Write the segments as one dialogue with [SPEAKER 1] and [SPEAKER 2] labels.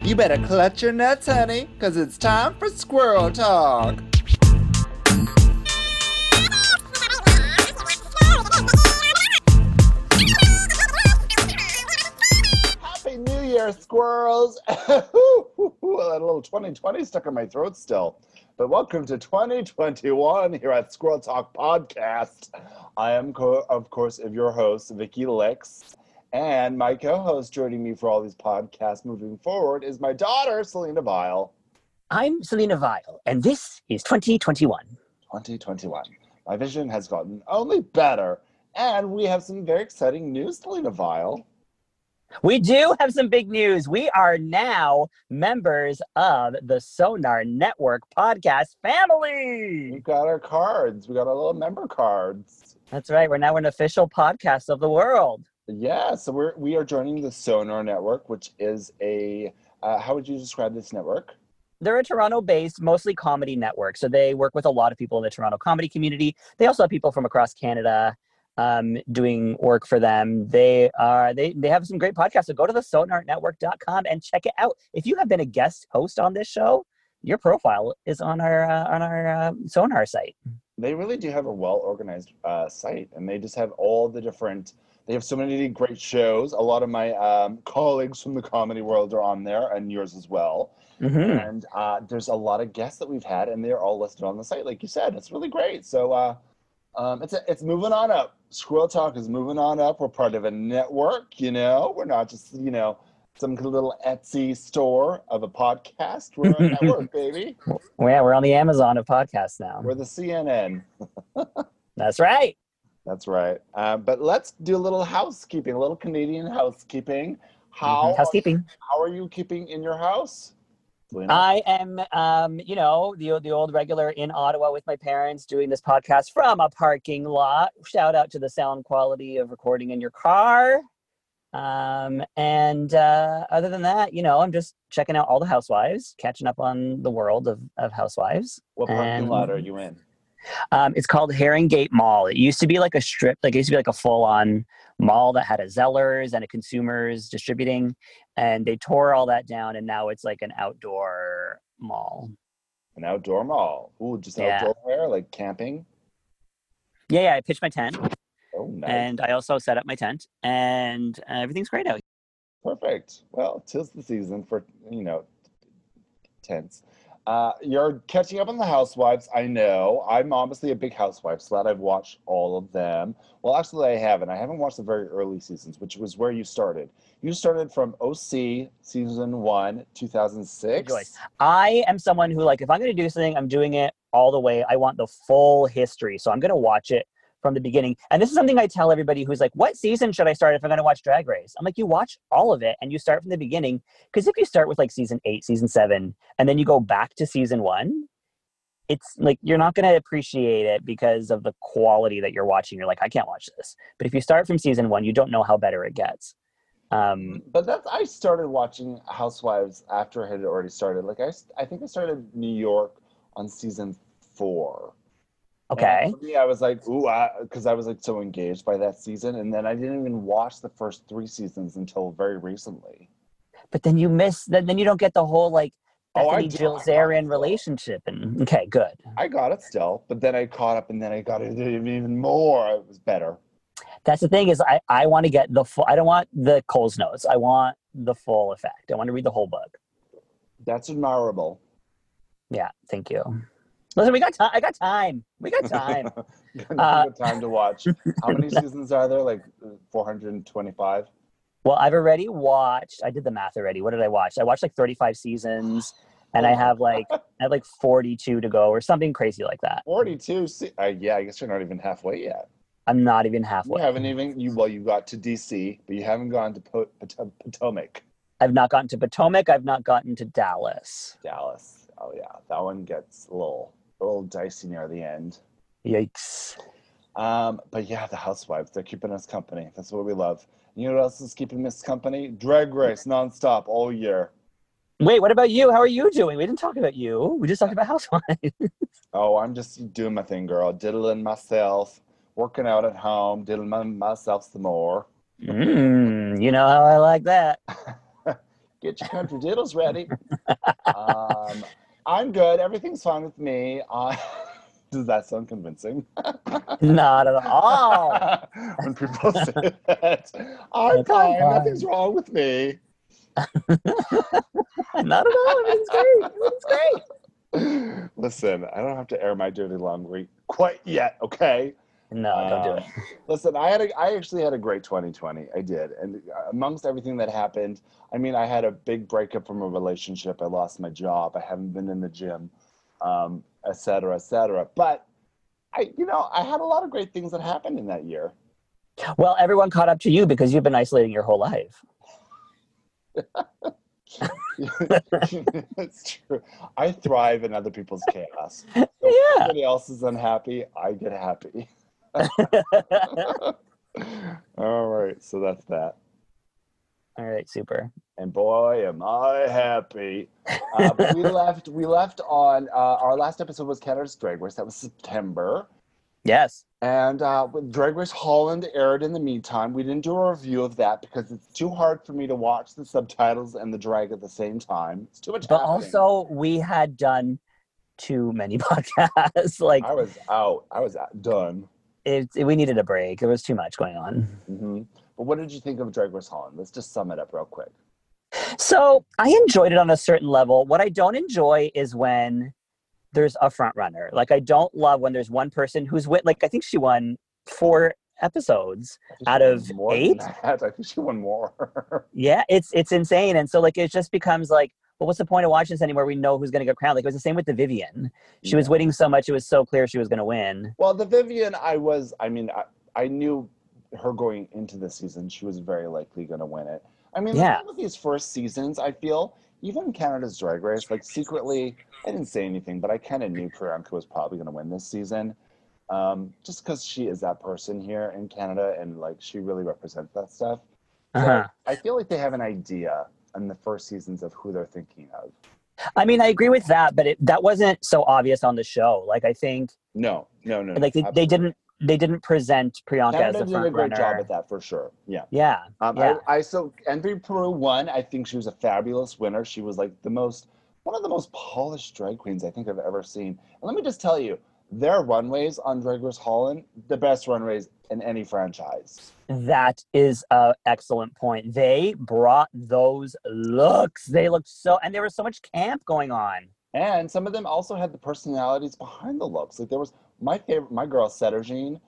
[SPEAKER 1] You better clutch your nuts, honey, because it's time for squirrel talk.
[SPEAKER 2] Happy New Year, squirrels! Ooh, ooh, ooh, that little 2020 stuck in my throat still. But welcome to 2021 here at Squirrel Talk Podcast. I am, co- of course, of your host, Vicky Licks. And my co-host joining me for all these podcasts moving forward is my daughter, Selena Vile.
[SPEAKER 3] I'm Selena Vile, and this is 2021.
[SPEAKER 2] 2021. My vision has gotten only better. And we have some very exciting news, Selena Vile.
[SPEAKER 3] We do have some big news. We are now members of the Sonar Network podcast
[SPEAKER 2] We
[SPEAKER 3] family.
[SPEAKER 2] got our cards. We got our little member cards.
[SPEAKER 3] That's right. We're now an official podcast of the world.
[SPEAKER 2] Yeah, so we're we are joining the Sonar Network, which is a uh, how would you describe this network?
[SPEAKER 3] They're a Toronto based, mostly comedy network. So they work with a lot of people in the Toronto comedy community. They also have people from across Canada um, doing work for them. They are they they have some great podcasts. So go to the sonarnetwork.com and check it out. If you have been a guest host on this show, your profile is on our uh, on our uh, sonar site.
[SPEAKER 2] They really do have a well organized uh, site, and they just have all the different. They have so many great shows. A lot of my um, colleagues from the comedy world are on there, and yours as well.
[SPEAKER 3] hmm
[SPEAKER 2] And uh, there's a lot of guests that we've had, and they're all listed on the site, like you said. It's really great. So uh, um, it's it's moving on up. Squirrel Talk is moving on up. We're part of a network, you know. We're not just you know some little Etsy store of a podcast. We're a network, baby.
[SPEAKER 3] Yeah, we're on the Amazon of podcasts now.
[SPEAKER 2] We're the CNN.
[SPEAKER 3] That's right.
[SPEAKER 2] That's right. Uh, but let's do a little housekeeping, a little Canadian housekeeping. How
[SPEAKER 3] Mhm. Housekeeping.
[SPEAKER 2] how are you keeping in your house? Selena?
[SPEAKER 3] I am, um, you know, the the old regular in Ottawa with my parents doing this podcast from a parking lot. Shout out to the sound quality of recording in your car. Um, and uh, other than that, you know, I'm just checking out all the housewives, catching up on the world of, of housewives.
[SPEAKER 2] what parking
[SPEAKER 3] am-
[SPEAKER 2] lot are you in?
[SPEAKER 3] Um, it's called Herringate Mall. It used to be like a strip, like it used to be like a full-on mall that had a Zellers and a Consumers distributing, and they tore all that down, and now it's like an outdoor mall.
[SPEAKER 2] An outdoor mall. Ooh, just
[SPEAKER 3] Yeah.
[SPEAKER 2] outdoor wear, like camping.
[SPEAKER 3] Yeah, yeah. I pitched my tent,
[SPEAKER 2] Oh, nice.
[SPEAKER 3] and I also set up my tent, and uh, everything's great out.
[SPEAKER 2] Perfect. Well, tis the season for you know tents. Uh, you're catching up on the Housewives. I know. I'm obviously a big Housewives slut. I've watched all of them. Well, actually, I haven't. I haven't watched the very early seasons, which was where you started. You started from OC season one, 2006.
[SPEAKER 3] Joyce. I am someone who, like, if I'm going to do something, I'm doing it all the way. I want the full history. So I'm going to watch it from the beginning. And this is something I tell everybody who's like, what season should I start if I'm going to watch Drag Race? I'm like, you watch all of it and you start from the beginning. Because if you start with like season eight, season seven, and then you go back to season one, it's like you're not going to appreciate it because of the quality that you're watching. You're like, I can't watch this. But if you start from season one, you don't know how better it gets. Um,
[SPEAKER 2] But that's I started watching Housewives after it had already started. Like I, s- I think I started New York on season four.
[SPEAKER 3] okay.
[SPEAKER 2] And for me, I was like, ooh, because I, was like so engaged by that season, and then I didn't even watch the first three seasons until very recently.
[SPEAKER 3] but then you miss then then you don't get the whole like
[SPEAKER 2] Oh, I
[SPEAKER 3] Bethany
[SPEAKER 2] do-
[SPEAKER 3] Jill
[SPEAKER 2] I got it.
[SPEAKER 3] Zarin relationship and okay, good.
[SPEAKER 2] I got it still, but then I caught up, and then I got it even more. It was better.
[SPEAKER 3] That's the thing is I I want to get the full I don't want the Coles notes. I want the full effect. I want to read the whole book.
[SPEAKER 2] That's admirable.
[SPEAKER 3] Yeah, thank you. Listen, we got time. I got time. We got time. Uh,
[SPEAKER 2] Good time to watch. How many seasons are there? Like uh, four hundred and twenty-five.
[SPEAKER 3] well, I've already watched. I did the math already. What did I watch? I watched like 35 seasons, and I have like I have like 42 to go or something crazy like that.
[SPEAKER 2] Forty-two. Se- uh, yeah, I guess you're not even halfway yet.
[SPEAKER 3] I'm not even
[SPEAKER 2] You
[SPEAKER 3] halfway.
[SPEAKER 2] haven't e even you. Well, you got to DC, but you haven't gone to po- Potom- Potomac,
[SPEAKER 3] I've not gotten to Potomac. I've not gotten to Dallas.
[SPEAKER 2] Dallas. Oh yeah, that one gets a little a little dicey near the end.
[SPEAKER 3] Yikes.
[SPEAKER 2] Um, but yeah, the housewives, they're keeping us company. That's what we love. You know what else is keeping us company? Drag race nonstop all year.
[SPEAKER 3] Wait, what about you? How are you doing? We didn't talk about you. We just talked about housewives.
[SPEAKER 2] Oh, I'm just doing my thing, girl. Diddling myself, working out at home, diddling my, myself some more.
[SPEAKER 3] Mm, you know how I like that.
[SPEAKER 2] Get your country diddles ready. um, I'm good. Everything's fine with me. Uh, does that sound convincing?
[SPEAKER 3] Not at all.
[SPEAKER 2] when people say that, I'm
[SPEAKER 3] Oh. That's all
[SPEAKER 2] fine.
[SPEAKER 3] fine.
[SPEAKER 2] Nothing's wrong with me.
[SPEAKER 3] Not at all. It's great. It's great.
[SPEAKER 2] Listen, I don't have to air my dirty laundry quite yet, okay?
[SPEAKER 3] No, don't do it.
[SPEAKER 2] Um, Listen, I had a, I actually had a great 2020. I did, and uh, amongst everything that happened, I mean, I had a big breakup from a relationship. I lost my job. I haven't been in the gym, um, et cetera, et cetera. But I, you know, I had a lot of great things that happened in that year.
[SPEAKER 3] Well, everyone caught up to you because you've been isolating your whole life.
[SPEAKER 2] it's true. I thrive in other people's chaos. So If
[SPEAKER 3] Yeah.
[SPEAKER 2] everybody else is unhappy, I get happy. All right, so that's that.
[SPEAKER 3] All right, super.
[SPEAKER 2] and boy am i happy uh, but we left we left on uh, our last episode was canada's drag race that was september
[SPEAKER 3] Yes.
[SPEAKER 2] and uh, with drag race holland aired in the meantime we didn't do a review of that because it's too hard for me to watch the subtitles and the drag at the same time it's too much
[SPEAKER 3] But
[SPEAKER 2] happening.
[SPEAKER 3] also, we had done too many podcasts. like,
[SPEAKER 2] i was out i was out, done
[SPEAKER 3] it, we needed a break. There was too much going on.
[SPEAKER 2] hmm but what did you think of drag race holland let's just sum it up real quick
[SPEAKER 3] So I enjoyed it on a certain level. What I don't enjoy is when there's a front runner. Like I don't love when there's one person who's win. Like I think she won four episodes.
[SPEAKER 2] I think she won
[SPEAKER 3] Out of
[SPEAKER 2] more than
[SPEAKER 3] eight?
[SPEAKER 2] that. i think she won more
[SPEAKER 3] Yeah, it's it's insane. And so like it just becomes like, well, what's the point of watching this anymore? We know who's going to get crowned. Like it was the same with the Vivian. She was winning so much; it was so clear she was going to win.
[SPEAKER 2] Well, the Vivian, I was, I mean, I, I knew her going into the season, she was very likely going to win it. I mean,
[SPEAKER 3] Yeah.
[SPEAKER 2] some of these first seasons, I feel, even Canada's Drag Race, like secretly, I didn't say anything, but I kind of knew Priyanka was probably going to win this season. Um, just because she is that person here in Canada and like she really represents that stuff. So
[SPEAKER 3] Uh-huh.
[SPEAKER 2] I feel like they have an idea in the first seasons of who they're thinking of.
[SPEAKER 3] I mean, I agree with that, but it, that wasn't so obvious on the show. Like I think
[SPEAKER 2] No, no, no. no,
[SPEAKER 3] like they, they
[SPEAKER 2] absolutely.
[SPEAKER 3] didn't they didn't present Priyanka
[SPEAKER 2] Canada
[SPEAKER 3] as a
[SPEAKER 2] did
[SPEAKER 3] front
[SPEAKER 2] a great
[SPEAKER 3] runner.
[SPEAKER 2] job at that for sure. Yeah.
[SPEAKER 3] yeah,
[SPEAKER 2] Um,
[SPEAKER 3] Yeah.
[SPEAKER 2] I, I so Envy Peru won. I think she was a fabulous winner. She was like the most one of the most polished drag queens I think I've ever seen. And let me just tell you, their runways on Drag Race Holland, the best runways in any franchise.
[SPEAKER 3] That is an excellent point. They brought those looks. They looked so, and there was so much camp going on.
[SPEAKER 2] And some of them also had the personalities behind the looks. Like there was my favorite, my girl Setterjean.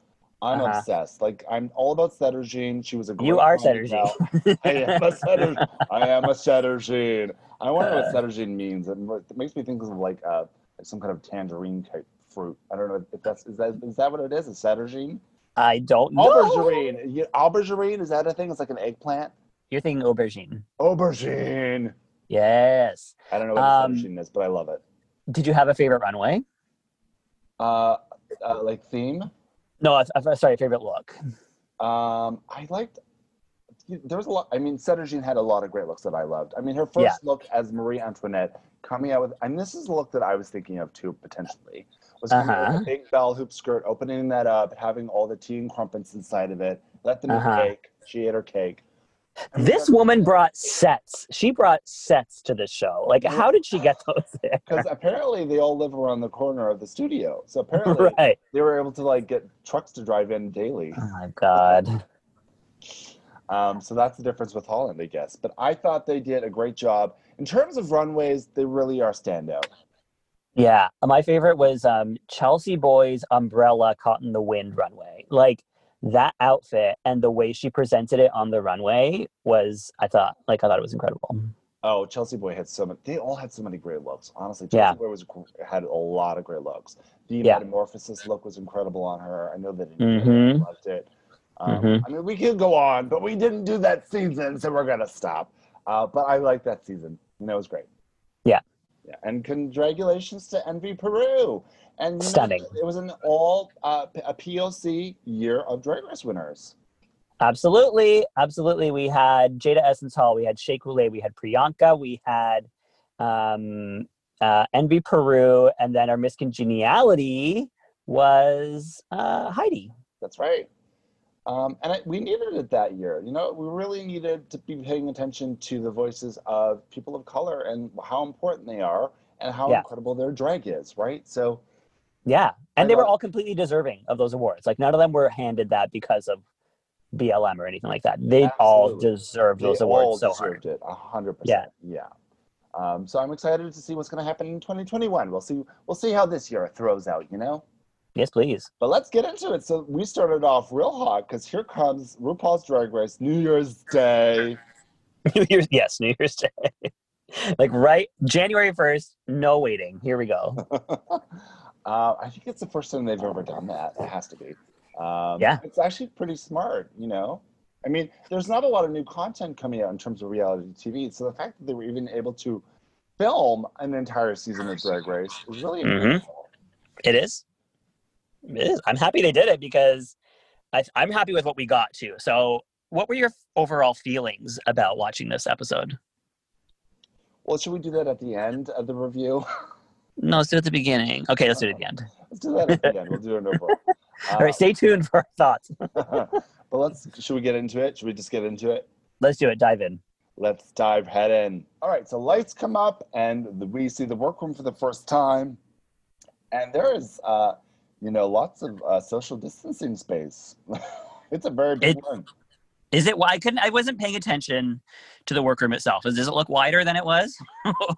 [SPEAKER 2] I'm
[SPEAKER 3] Uh-huh.
[SPEAKER 2] obsessed. Like I'm all about Setterjean. She was a great
[SPEAKER 3] You are
[SPEAKER 2] comedy
[SPEAKER 3] Setterjean.
[SPEAKER 2] pal. I am a setter. I am a setter gene. I wonder what
[SPEAKER 3] Uh-huh.
[SPEAKER 2] setter gene means. It mo- it makes me think of like uh, like some kind of tangerine type fruit. I don't know if that's is that is that what it is? A setter gene?
[SPEAKER 3] I don't know.
[SPEAKER 2] Aubergine. You- Aubergine is that a thing? It's like an eggplant.
[SPEAKER 3] You're thinking aubergine.
[SPEAKER 2] Aubergine.
[SPEAKER 3] Yes.
[SPEAKER 2] I don't know what a
[SPEAKER 3] Um,
[SPEAKER 2] setter gene is, but I love it.
[SPEAKER 3] Did you have a favorite runway?
[SPEAKER 2] Uh, uh, like theme.
[SPEAKER 3] No, a, a, sorry, favorite look.
[SPEAKER 2] Um, I liked. There was a lot. I mean, Setterjean had a lot of great looks that I loved. I mean, her first
[SPEAKER 3] Yeah.
[SPEAKER 2] look as Marie Antoinette coming out with, and this is the look that I was thinking of too potentially was coming out with
[SPEAKER 3] Uh-huh.
[SPEAKER 2] a big bell hoop skirt, opening that up, having all the tea and crumpets inside of it. Let them
[SPEAKER 3] Uh-huh.
[SPEAKER 2] eat cake. She ate her cake. I mean,
[SPEAKER 3] This woman brought sets. She brought sets to this show. Like, how did she get those there?
[SPEAKER 2] because apparently they all live around the corner of the studio, so apparently
[SPEAKER 3] Right.
[SPEAKER 2] they were able to like get trucks to drive in daily.
[SPEAKER 3] Oh my God.
[SPEAKER 2] Um, so that's the difference with Holland, I guess. But I thought they did a great job. In terms of runways, they really are standout.
[SPEAKER 3] Yeah. My favorite was um, Chelsea Boy's umbrella caught in the wind runway. Like that outfit and the way she presented it on the runway was, I thought, like, I thought it was incredible.
[SPEAKER 2] Oh, Chelsea Boy had so many. They all had so many great looks. Honestly, Chelsea
[SPEAKER 3] Yeah.
[SPEAKER 2] Boy was gr- had a lot of great looks. The
[SPEAKER 3] Yeah.
[SPEAKER 2] metamorphosis look was incredible on her. I know that it
[SPEAKER 3] Mhm.
[SPEAKER 2] loved it. Um,
[SPEAKER 3] Mhm.
[SPEAKER 2] I mean, we could go on, but we didn't do that season, so we're gonna stop. Uh, but I like that season. You know, it was great.
[SPEAKER 3] Yeah.
[SPEAKER 2] Yeah, and congratulations to Envy Peru. And you know,
[SPEAKER 3] Stunning.
[SPEAKER 2] it was an all uh, a POC year of Drag Race winners.
[SPEAKER 3] Absolutely. Absolutely. We had Jada Essence Hall, we had Shea Coulee, we had Priyanka, we had um, uh, Envy Peru, and then our miscongeniality was uh, Heidi.
[SPEAKER 2] That's right. Um, and I, we needed it that year. You know, we really needed to be paying attention to the voices of people of color and how important they are and how
[SPEAKER 3] Yeah.
[SPEAKER 2] incredible their drag is, right? So,
[SPEAKER 3] Yeah.
[SPEAKER 2] I
[SPEAKER 3] And they were
[SPEAKER 2] love-
[SPEAKER 3] all completely deserving of those awards. Like none of them were handed that because of BLM or anything like that. They all
[SPEAKER 2] Absolutely.
[SPEAKER 3] deserved those
[SPEAKER 2] they all
[SPEAKER 3] awards so hard.
[SPEAKER 2] deserved it, a hundred percent. Yeah. Um, so I'm excited to see what's going to happen in 2021. We'll see. We'll see how this year throws out. You know.
[SPEAKER 3] Yes, please.
[SPEAKER 2] But let's get into it. So we started off real hot because here comes RuPaul's Drag Race New Year's Day.
[SPEAKER 3] New Year's yes, New Year's Day. like right January first, no waiting. Here we go.
[SPEAKER 2] uh, I think it's the first time they've ever done that. It has to be. Um,
[SPEAKER 3] Yeah.
[SPEAKER 2] It's actually pretty smart, you know? I mean, there's not a lot of new content coming out in terms of reality TV. So the fact that they were even able to film an entire season of Drag Race is really
[SPEAKER 3] Mhm.
[SPEAKER 2] incredible.
[SPEAKER 3] It is. It is. I'm happy they did it because I, I'm happy with what we got to. So, what were your overall feelings about watching this episode?
[SPEAKER 2] Well, should we do that at the end of the review?
[SPEAKER 3] No, let's do it at the beginning. Okay, let's do it at the end.
[SPEAKER 2] Let's do that at the end. We'll do an overall. Uh,
[SPEAKER 3] All right, stay tuned for our thoughts.
[SPEAKER 2] Um, but let's, should we get into it? Should we just get into it?
[SPEAKER 3] Let's do it. Dive in.
[SPEAKER 2] Let's dive head in. All right, so lights come up and the, we see the workroom for the first time. And there is, uh, you know, lots of uh, social distancing space. it's a very big
[SPEAKER 3] It-
[SPEAKER 2] one.
[SPEAKER 3] Is it? why I couldn't. I wasn't paying attention to the workroom itself. Is- Does it look wider than it was?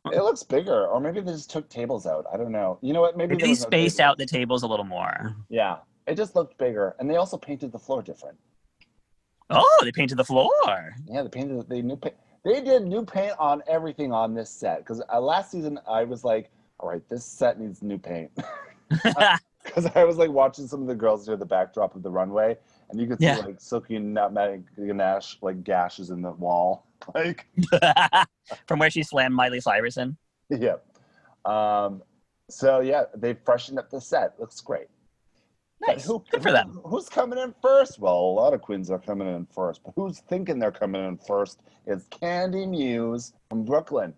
[SPEAKER 2] It looks bigger, or maybe they just took tables out. I don't know. You know what? Maybe,
[SPEAKER 3] Maybe
[SPEAKER 2] there
[SPEAKER 3] they
[SPEAKER 2] was no
[SPEAKER 3] spaced
[SPEAKER 2] table.
[SPEAKER 3] out the tables a little more.
[SPEAKER 2] Yeah, it just looked bigger, and they also painted the floor different.
[SPEAKER 3] Oh, they painted the floor.
[SPEAKER 2] Yeah, they painted they new paint. They did new paint on everything on this set because uh, last season I was like, all right, this set needs new paint. because I was like watching some of the girls near the backdrop of the runway, and you could see
[SPEAKER 3] Yeah.
[SPEAKER 2] like silky nutmeg ganache like gashes in the wall. Like,
[SPEAKER 3] From where she slammed Miley Cyrus in.
[SPEAKER 2] yeah. Um, so yeah, they freshened up the set. Looks great. But
[SPEAKER 3] Nice. Good for them.
[SPEAKER 2] Who's coming in first? Well, a lot of queens are coming in first, but who's thinking they're coming in first is Candy Muse from Brooklyn.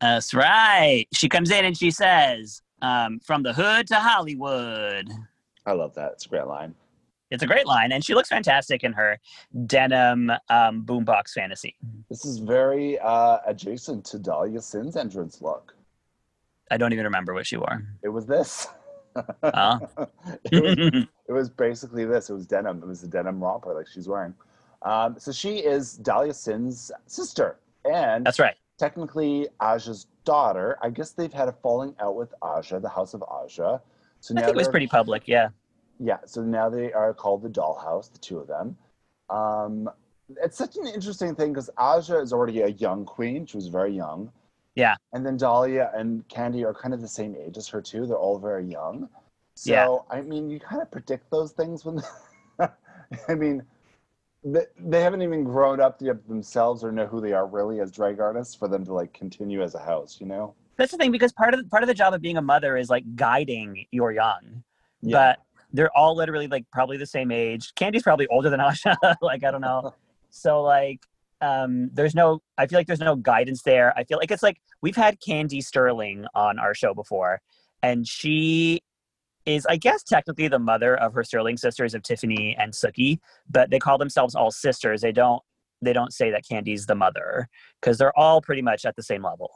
[SPEAKER 3] That's right. She comes in and she says, um, "From the hood to Hollywood."
[SPEAKER 2] I love that. It's a great line.
[SPEAKER 3] It's a great line, and she looks fantastic in her denim um, boombox fantasy.
[SPEAKER 2] This is very uh, adjacent to Dahlia Sin's entrance look.
[SPEAKER 3] I don't even remember what she wore.
[SPEAKER 2] It was this.
[SPEAKER 3] Oh.
[SPEAKER 2] it was It was basically this. It was denim. It was the denim romper like she's wearing. Um, so she is Dahlia Sin's sister and
[SPEAKER 3] That's right.
[SPEAKER 2] technically Aja's daughter. I guess they've had a falling out with Aja, the house of Aja. So
[SPEAKER 3] I think it was
[SPEAKER 2] they're-
[SPEAKER 3] pretty public. Yeah.
[SPEAKER 2] Yeah. So now they are called the Dollhouse, the two of them. Um, it's such an interesting thing because Aja is already a young queen. She was very young.
[SPEAKER 3] Yeah.
[SPEAKER 2] And then Dahlia and Candy are kind of the same age as her too. They're all very young. So
[SPEAKER 3] Yeah.
[SPEAKER 2] I mean, you kind of predict those things when. I mean, they, they haven't even grown up yet themselves or know who they are really as drag artists for them to like continue as a house. You know.
[SPEAKER 3] That's the thing because part of part of the job of being a mother is like guiding your young, but they're all literally like probably the same age. Candy's probably older than Asha. like I don't know. So like um there's no I feel like there's no guidance there. I feel like it's like we've had Candy Sterling on our show before and she is I guess technically the mother of her Sterling sisters of Tiffany and Suki, but they call themselves all sisters. They don't they don't say that Candy's the mother because they're all pretty much at the same level.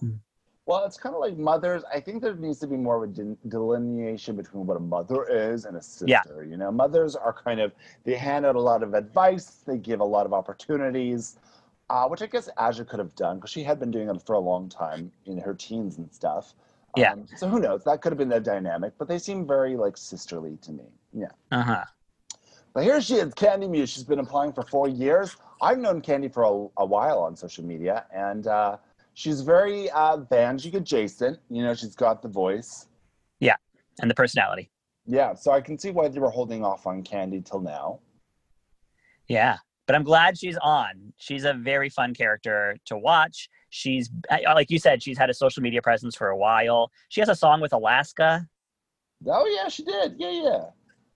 [SPEAKER 2] Well, it's kind of like mothers. I think there needs to be more of a de- delineation between what a mother is and a sister.
[SPEAKER 3] Yeah.
[SPEAKER 2] You know, mothers are kind of they hand out a lot of advice, they give a lot of opportunities, uh, which I guess Aja could have done because she had been doing it for a long time in her teens and stuff.
[SPEAKER 3] Yeah.
[SPEAKER 2] Um, so who knows? That could have been the dynamic, but they seem very like sisterly to me. Yeah.
[SPEAKER 3] Uh-huh.
[SPEAKER 2] But here she is, Candy Muse. She's been applying for four years. I've known Candy for a, a while on social media, and uh, she's very uh, Vanjie adjacent. You know, she's got the voice.
[SPEAKER 3] And the personality.
[SPEAKER 2] Yeah, so I can see why they were holding off on Candy till now.
[SPEAKER 3] Yeah. But I'm glad she's on. She's a very fun character to watch. She's, I- I- like you said, she's had a social media presence for a while. She has a song with Alaska.
[SPEAKER 2] Oh yeah, she did. Yeah, yeah.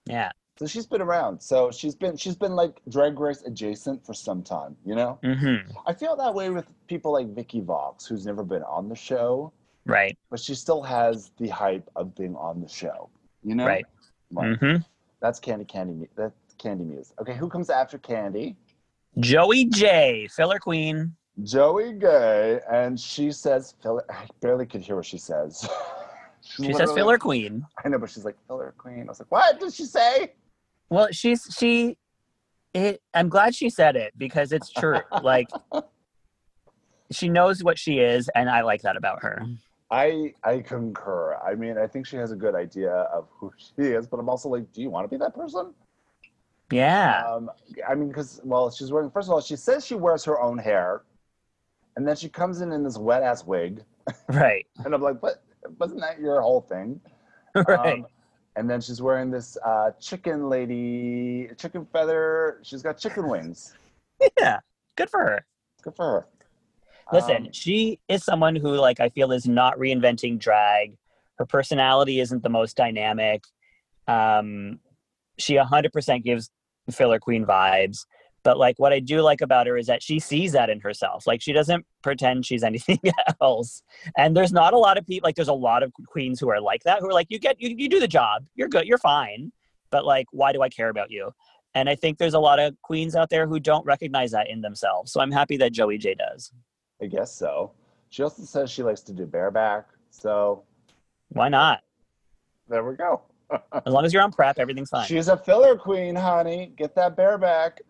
[SPEAKER 3] Yeah.
[SPEAKER 2] So she's been around. So she's been she's been like Drag Race adjacent for some time. You know,
[SPEAKER 3] Mm-hmm.
[SPEAKER 2] I feel that way with people like Vicky Vox, who's never been on the show,
[SPEAKER 3] Right.
[SPEAKER 2] but she still has the hype of being on the show. You know,
[SPEAKER 3] Right.
[SPEAKER 2] Like,
[SPEAKER 3] Mm-hmm.
[SPEAKER 2] That's Candy Candy. That Candy Muse. Okay, who comes after Candy?
[SPEAKER 3] Joey J, filler queen.
[SPEAKER 2] Joey Gay, and she says filler. I barely could hear what she says. She's
[SPEAKER 3] She says
[SPEAKER 2] literally-
[SPEAKER 3] filler queen.
[SPEAKER 2] I know, but she's like filler queen. I was like, what did she say?
[SPEAKER 3] Well, she's she. It, I'm glad she said it because it's true. like she knows what she is, and I like that about her.
[SPEAKER 2] Mm. I I concur. I mean, I think she has a good idea of who she is, but I'm also like, do you want to be that person?
[SPEAKER 3] Yeah.
[SPEAKER 2] Um, I mean, because well, she's wearing. First of all, she says she wears her own hair, and then she comes in in this wet ass wig,
[SPEAKER 3] Right.
[SPEAKER 2] and I'm like, what? Wasn't that your whole thing?
[SPEAKER 3] Right.
[SPEAKER 2] Um, and then she's wearing this uh, chicken lady, chicken feather. She's got chicken wings.
[SPEAKER 3] yeah. Good for her.
[SPEAKER 2] Good for her.
[SPEAKER 3] Listen,
[SPEAKER 2] Um,
[SPEAKER 3] she is someone who, like, I feel is not reinventing drag. Her personality isn't the most dynamic. Um, she 100% gives filler queen vibes. But, like, what I do like about her is that she sees that in herself. Like, she doesn't pretend she's anything else. And there's not a lot of people, like, there's a lot of queens who are like that, who are like, you get, you, you do the job, you're good, you're fine. But, like, why do I care about you? And I think there's a lot of queens out there who don't recognize that in themselves. So I'm happy that Joey J does.
[SPEAKER 2] I guess so. She also says she likes to do bareback. So
[SPEAKER 3] Why not?
[SPEAKER 2] there we go. Uh,
[SPEAKER 3] As long as you're on prep, everything's fine. She,
[SPEAKER 2] She's a filler queen, honey. Get that bareback.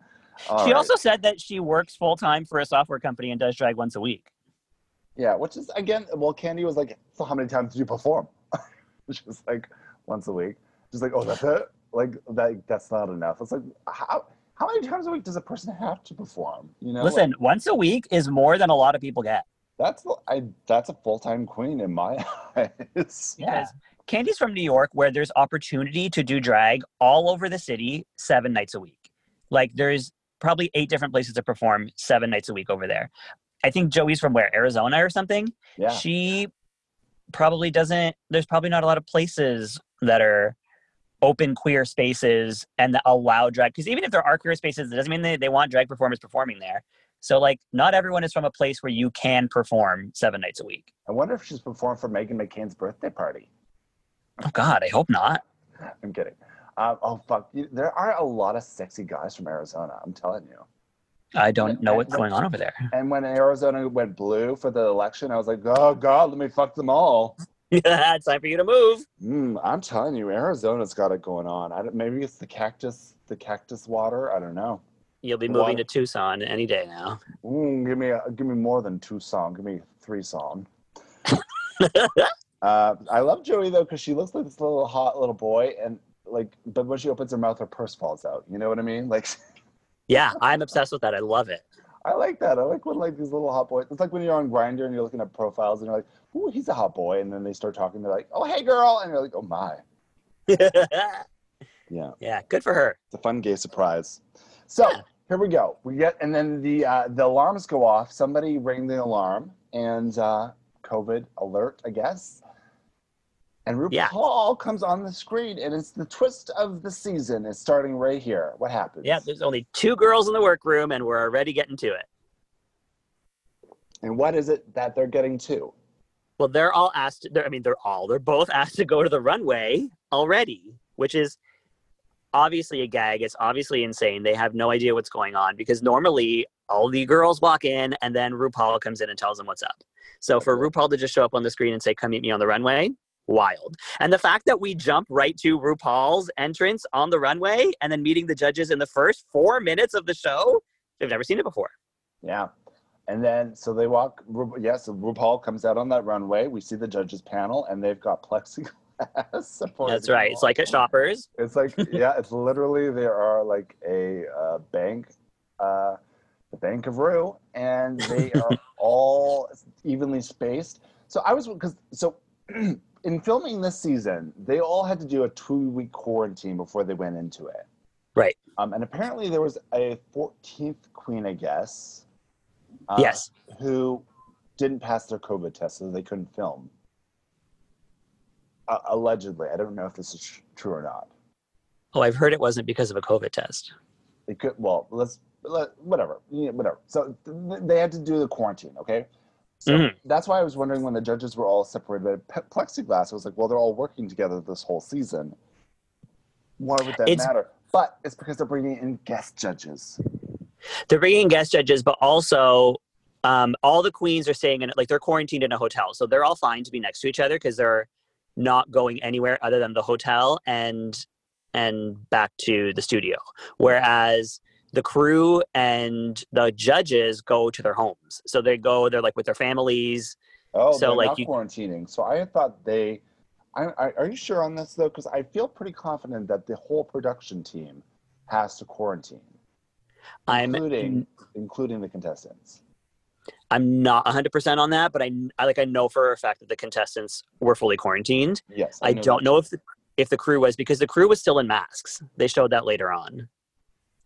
[SPEAKER 2] All right.
[SPEAKER 3] also said that she works full time for a software company and does drag once a week.
[SPEAKER 2] Yeah, which is again, well, Candy was like, "So how many times do you perform?" She was like, "Once a week." She's like, "Oh, that's it? Like that? That's not enough." It's like, how how many times a week does a person have to perform? You know,
[SPEAKER 3] Listen,
[SPEAKER 2] like,
[SPEAKER 3] once a week is more than a lot of people get.
[SPEAKER 2] that's the- I that's a full time queen in my eyes.
[SPEAKER 3] Because Candy's from New York, where there's opportunity to do drag all over the city seven nights a week. Like there's probably eight different places to perform seven nights a week over there. I think Joey's from where Arizona or something.
[SPEAKER 2] Yeah,
[SPEAKER 3] she probably doesn't there's probably not a lot of places that are open queer spaces and that allow drag because even if there are queer spaces it doesn't mean they, they want drag performers performing there so like not everyone is from a place where you can perform seven nights a week
[SPEAKER 2] I wonder if she's performed for Megan McCain's birthday party.
[SPEAKER 3] oh god i hope not
[SPEAKER 2] I'm kidding. Um, oh fuck, You- there are a lot of sexy guys from Arizona. I'm telling you.
[SPEAKER 3] i don't know what's
[SPEAKER 2] Right.
[SPEAKER 3] going on over there
[SPEAKER 2] And when Arizona went blue for the election, I was like, oh god, let me fuck them all.
[SPEAKER 3] yeah it's time for you to move
[SPEAKER 2] Mm, I'm telling you, Arizona's got it going on. I don't, maybe it's the cactus, the cactus water. I don't know.
[SPEAKER 3] you'll be
[SPEAKER 2] Water.
[SPEAKER 3] moving to tucson any day now
[SPEAKER 2] Mm, give me, a, give me more than two song. Give me three song. uh, I love Joey though because she looks like this little hot little boy, and like, but when she opens her mouth, her purse falls out. You know what I mean? Like,
[SPEAKER 3] yeah i'm obsessed with that i love it
[SPEAKER 2] I like that. I like when like these little hot boys. It's like when you're on Grinder and you're looking at profiles and you're like, "Ooh, he's a hot boy," and then they start talking. They're like, "Oh, hey, girl," and you're like, "Oh my." Yeah.
[SPEAKER 3] yeah good for her
[SPEAKER 2] It's a fun gay surprise. So
[SPEAKER 3] Yeah.
[SPEAKER 2] here we go. We get and then the uh, the alarms go off. Somebody rang the alarm and uh, COVID alert, I guess. And RuPaul
[SPEAKER 3] Yeah.
[SPEAKER 2] comes on the screen, and it's the twist of the season. It's starting right here. What happens?
[SPEAKER 3] yeah there's only two girls in the workroom and we're already getting to it
[SPEAKER 2] And what is it that they're getting to?
[SPEAKER 3] Well, they're all asked. They're, I mean, they're all. They're both asked to go to the runway already, which is obviously a gag. It's obviously insane. They have no idea what's going on because normally all the girls walk in and then RuPaul comes in and tells them what's up. So for RuPaul to just show up on the screen and say, "Come meet me on the runway," wild. And the fact that we jump right to RuPaul's entrance on the runway and then meeting the judges in the first four minutes of the show, I've never seen it before.
[SPEAKER 2] Yeah. And then so they walk. Ru- yes, RuPaul comes out on that runway. We see the judges panel, and they've got plexiglass. supporting
[SPEAKER 3] That's right.
[SPEAKER 2] them
[SPEAKER 3] It's like
[SPEAKER 2] all.
[SPEAKER 3] at Shoppers.
[SPEAKER 2] It's like yeah, it's literally there are like a uh, bank, uh, the Bank of Rue, and they are all evenly spaced. So I was because so in filming this season, they all had to do a two-week quarantine before they went into it.
[SPEAKER 3] Right.
[SPEAKER 2] Um, and apparently there was a 14th queen, I guess. uh,
[SPEAKER 3] yes.
[SPEAKER 2] Who didn't pass their COVID test, so they couldn't film. Uh, allegedly, I don't know if this is tr- true or not.
[SPEAKER 3] Oh, I've heard it wasn't because of a COVID test.
[SPEAKER 2] It could. Well, let's let, whatever, yeah, whatever. So th- th- they had to do the quarantine. Okay. So
[SPEAKER 3] Mhm.
[SPEAKER 2] that's why I was wondering when the judges were all separated by pe- plexiglass. I was like, well, they're all working together this whole season. Why would that
[SPEAKER 3] It's-
[SPEAKER 2] matter? but it's because they're bringing in guest judges.
[SPEAKER 3] They're bringing in guest judges, but also um, all the queens are staying in like they're quarantined in a hotel, so they're all fine to be next to each other because they're not going anywhere other than the hotel and and back to the studio. Whereas the crew and the judges go to their homes, so they go they're like with their families.
[SPEAKER 2] Oh,
[SPEAKER 3] So,
[SPEAKER 2] they're
[SPEAKER 3] like,
[SPEAKER 2] not
[SPEAKER 3] you-
[SPEAKER 2] quarantining. So I had thought they. I, I, are you sure on this though? Because I feel pretty confident that the whole production team has to quarantine,
[SPEAKER 3] I'm
[SPEAKER 2] including including the contestants.
[SPEAKER 3] I'm not 100% on that, but I, I like I know for a fact that the contestants were fully quarantined.
[SPEAKER 2] Yes,
[SPEAKER 3] I,
[SPEAKER 2] knew
[SPEAKER 3] don't
[SPEAKER 2] that.
[SPEAKER 3] know if the, if the crew was because the crew was still in masks. They showed that later on.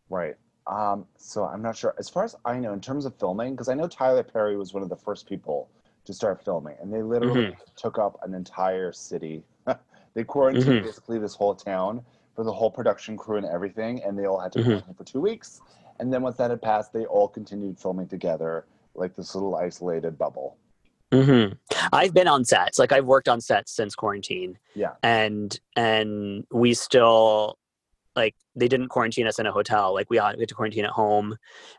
[SPEAKER 2] Right. Um, so I'm not sure. As far as I know, in terms of filming, because I know Tyler Perry was one of the first people to start filming, and they literally
[SPEAKER 3] Mm-hmm.
[SPEAKER 2] took up an entire city. they quarantined
[SPEAKER 3] Mhm.
[SPEAKER 2] basically this whole town for the whole production crew and everything, and they all had to
[SPEAKER 3] Mhm.
[SPEAKER 2] quarantine for two weeks. And then once that had passed, they all continued filming together, like this little isolated bubble.
[SPEAKER 3] Mm-hmm. I've been on sets. Like I've worked on sets since quarantine.
[SPEAKER 2] Yeah.
[SPEAKER 3] And and we still like they didn't quarantine us in a hotel. Like we had, we had to quarantine at home,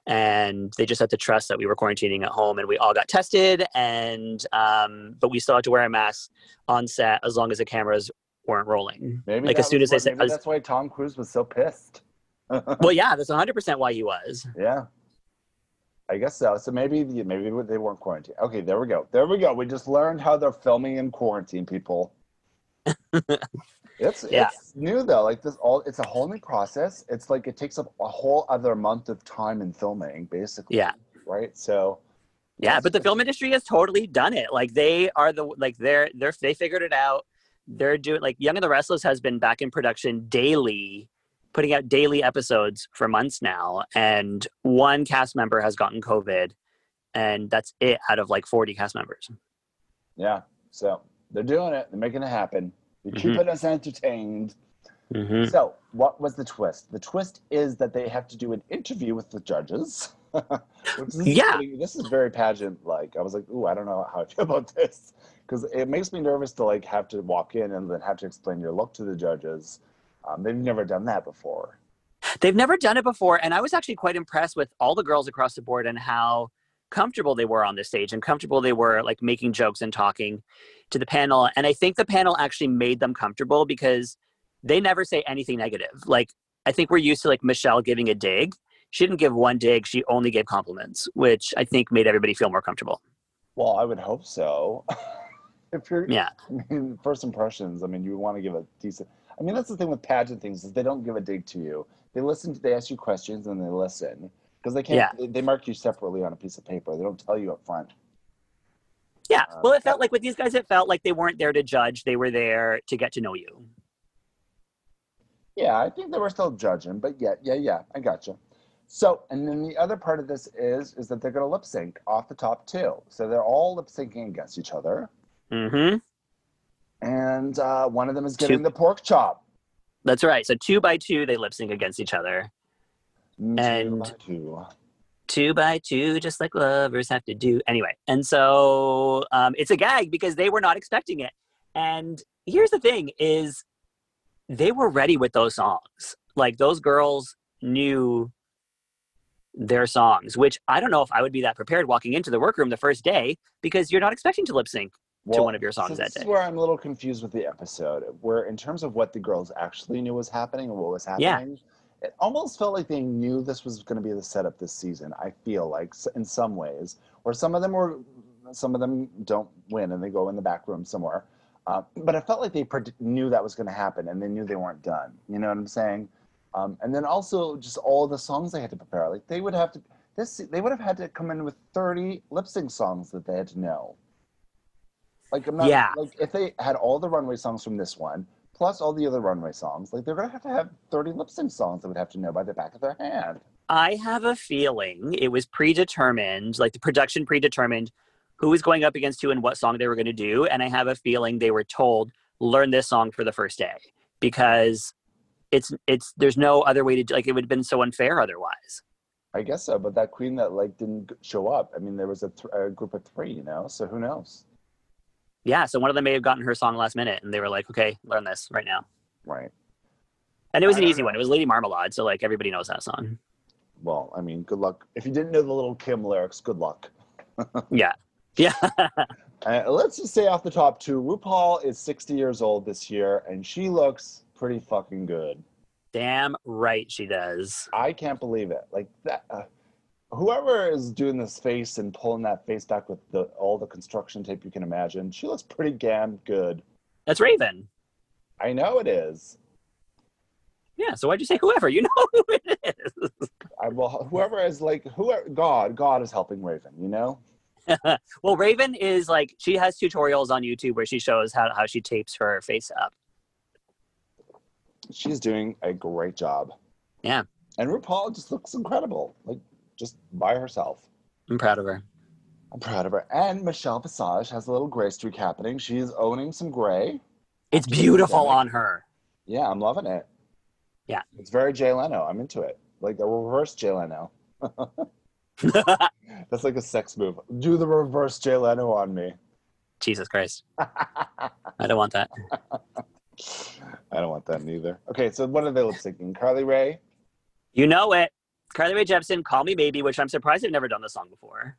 [SPEAKER 3] and they just had to trust that we were quarantining at home. And we all got tested, and um, but we still had to wear a mask on set as long as the cameras weren't rolling.
[SPEAKER 2] Maybe
[SPEAKER 3] Like,
[SPEAKER 2] that
[SPEAKER 3] as soon
[SPEAKER 2] was
[SPEAKER 3] as they
[SPEAKER 2] what-
[SPEAKER 3] said-
[SPEAKER 2] maybe
[SPEAKER 3] as-
[SPEAKER 2] that's why Tom Cruise was so pissed.
[SPEAKER 3] Well, yeah, that's 100 percent why he was.
[SPEAKER 2] Yeah. I guess so. So maybe the- maybe they weren't quarantined. Okay, there we go. There we go. We just learned how they're filming in quarantine, people. it's
[SPEAKER 3] Yeah.
[SPEAKER 2] it's new though. Like this all it's a whole new process. It's like it takes up a whole other month of time in filming, basically.
[SPEAKER 3] Yeah.
[SPEAKER 2] Right? So
[SPEAKER 3] Yeah, but the film industry has totally done it. Like they are the like they're they're they figured it out. They're doing like Young and the Restless has been back in production daily, putting out daily episodes for months now, and one cast member has gotten COVID, and that's it out of like forty cast members.
[SPEAKER 2] Yeah. So they're doing it. They're making it happen. They're
[SPEAKER 3] Mhm.
[SPEAKER 2] keeping us entertained.
[SPEAKER 3] Hmm.
[SPEAKER 2] So, what was the twist? The twist is that they have to do an interview with the judges. Which this is
[SPEAKER 3] Yeah.
[SPEAKER 2] pretty- this is very pageant like. I was like, ooh, I don't know how I feel about this because it makes me nervous to like have to walk in and then have to explain your look to the judges. Um, they've never done that before.
[SPEAKER 3] They've never done it before, and I was actually quite impressed with all the girls across the board and how comfortable they were on this stage and comfortable they were like making jokes and talking to the panel. And I think the panel actually made them comfortable because they never say anything negative. Like I think we're used to like Michelle giving a dig. She didn't give one dig, she only gave compliments, which I think made everybody feel more comfortable.
[SPEAKER 2] Well, I would hope so. if you're,
[SPEAKER 3] Yeah.
[SPEAKER 2] I mean, first impressions. I mean, you want to give a decent. I mean, that's the thing with pageant things is they don't give a dig to you. They listen. They ask you questions and they listen because they can't.
[SPEAKER 3] Yeah.
[SPEAKER 2] They, they mark you separately on a piece of paper. They don't tell you up front.
[SPEAKER 3] Yeah.
[SPEAKER 2] Um,
[SPEAKER 3] Well, it felt like with these guys it felt like they weren't there to judge, they were there to get to know you.
[SPEAKER 2] Yeah, I think they were still judging, but yeah, yeah, yeah. I gotcha. So, and then the other part of this is is that they're going to lip sync off the top too. So they're all lip syncing against each other,
[SPEAKER 3] Mhm.
[SPEAKER 2] and uh, one of them is getting
[SPEAKER 3] Two-
[SPEAKER 2] the pork chop.
[SPEAKER 3] That's right. So two by two, they lip sync against each other. And-
[SPEAKER 2] two.
[SPEAKER 3] Two by two, just like lovers have to do. Anyway, and so um, it's a gag because they were not expecting it. And here's the thing: is they were ready with those songs. Like those girls knew their songs, which I don't know if I would be that prepared walking into the workroom the first day because you're not expecting to lip sync. to one of your songs
[SPEAKER 2] so
[SPEAKER 3] that
[SPEAKER 2] This is
[SPEAKER 3] day.
[SPEAKER 2] where I'm a little confused with the episode, where in terms of what the girls actually knew was happening and what was
[SPEAKER 3] Yeah.
[SPEAKER 2] happening, it almost felt like they knew this was going to be the setup this season. I feel like s- in some ways, where some of them were, some of them don't win and they go in the back room somewhere. Uh, but I felt like they pred- knew that was going to happen and they knew they weren't done. You know what I'm saying? Um, and then also just all the songs they had to prepare. Like they would have to this they would have had to come in with 30 lip sync songs that they had to know. Like I'm not
[SPEAKER 3] Yeah.
[SPEAKER 2] like if they had all the runway songs from this one plus all the other runway songs, like they're gonna have to have 30 lip sync songs they would have to know by the back of their hand.
[SPEAKER 3] I have a feeling it was predetermined, like the production predetermined who was going up against who and what song they were going to do. And I have a feeling they were told, learn this song for the first day because it's, it's, there's no other way to, do- like, it would have been so unfair otherwise.
[SPEAKER 2] I guess so, but that queen that like didn't g- show up. I mean, there was a, th- a group of three, you know. So who knows,
[SPEAKER 3] Yeah. So one of them may have gotten her song last minute and they were like, okay, learn this right now.
[SPEAKER 2] right?
[SPEAKER 3] And it was
[SPEAKER 2] I
[SPEAKER 3] an
[SPEAKER 2] don't
[SPEAKER 3] easy one. It was Lady Marmalade, so like everybody knows that song.
[SPEAKER 2] Well, I mean, good luck. If you didn't know the little Kim lyrics, good luck.
[SPEAKER 3] Yeah. Yeah.
[SPEAKER 2] Uh, let's just say off the top too, RuPaul is 60 years old this year, and she looks pretty fucking good.
[SPEAKER 3] Damn right she does.
[SPEAKER 2] I can't believe it. Like that. Uh, whoever is doing this face and pulling that face back with the, all the construction tape you can imagine, she looks pretty damn good.
[SPEAKER 3] That's Raven.
[SPEAKER 2] I know it is.
[SPEAKER 3] Yeah, so why'd you say whoever? You know who it is.
[SPEAKER 2] I well, whoever is like whoever God, God is helping Raven. You know.
[SPEAKER 3] Well, Raven is like she has tutorials on YouTube where she shows how, how she tapes her face up.
[SPEAKER 2] she's doing a great job.
[SPEAKER 3] Yeah.
[SPEAKER 2] And RuPaul just looks incredible, like just by herself.
[SPEAKER 3] I'm proud of her.
[SPEAKER 2] I'm proud of her. And Michelle Visage has a little gray streak happening. She's owning some gray.
[SPEAKER 3] It's beautiful on her.
[SPEAKER 2] Yeah, I'm loving it.
[SPEAKER 3] Yeah.
[SPEAKER 2] It's very Jay Leno. I'm into it. Like the reverse Jay Leno. That's like a sex move. Do the reverse Jay Leno on me.
[SPEAKER 3] Jesus Christ. I don't want that.
[SPEAKER 2] I don't want that neither. Okay, so what are they lip syncing? Carly Ray?
[SPEAKER 3] You know it. Carly Rae Jepsen, Call Me Maybe, which I'm surprised I've never done the song before.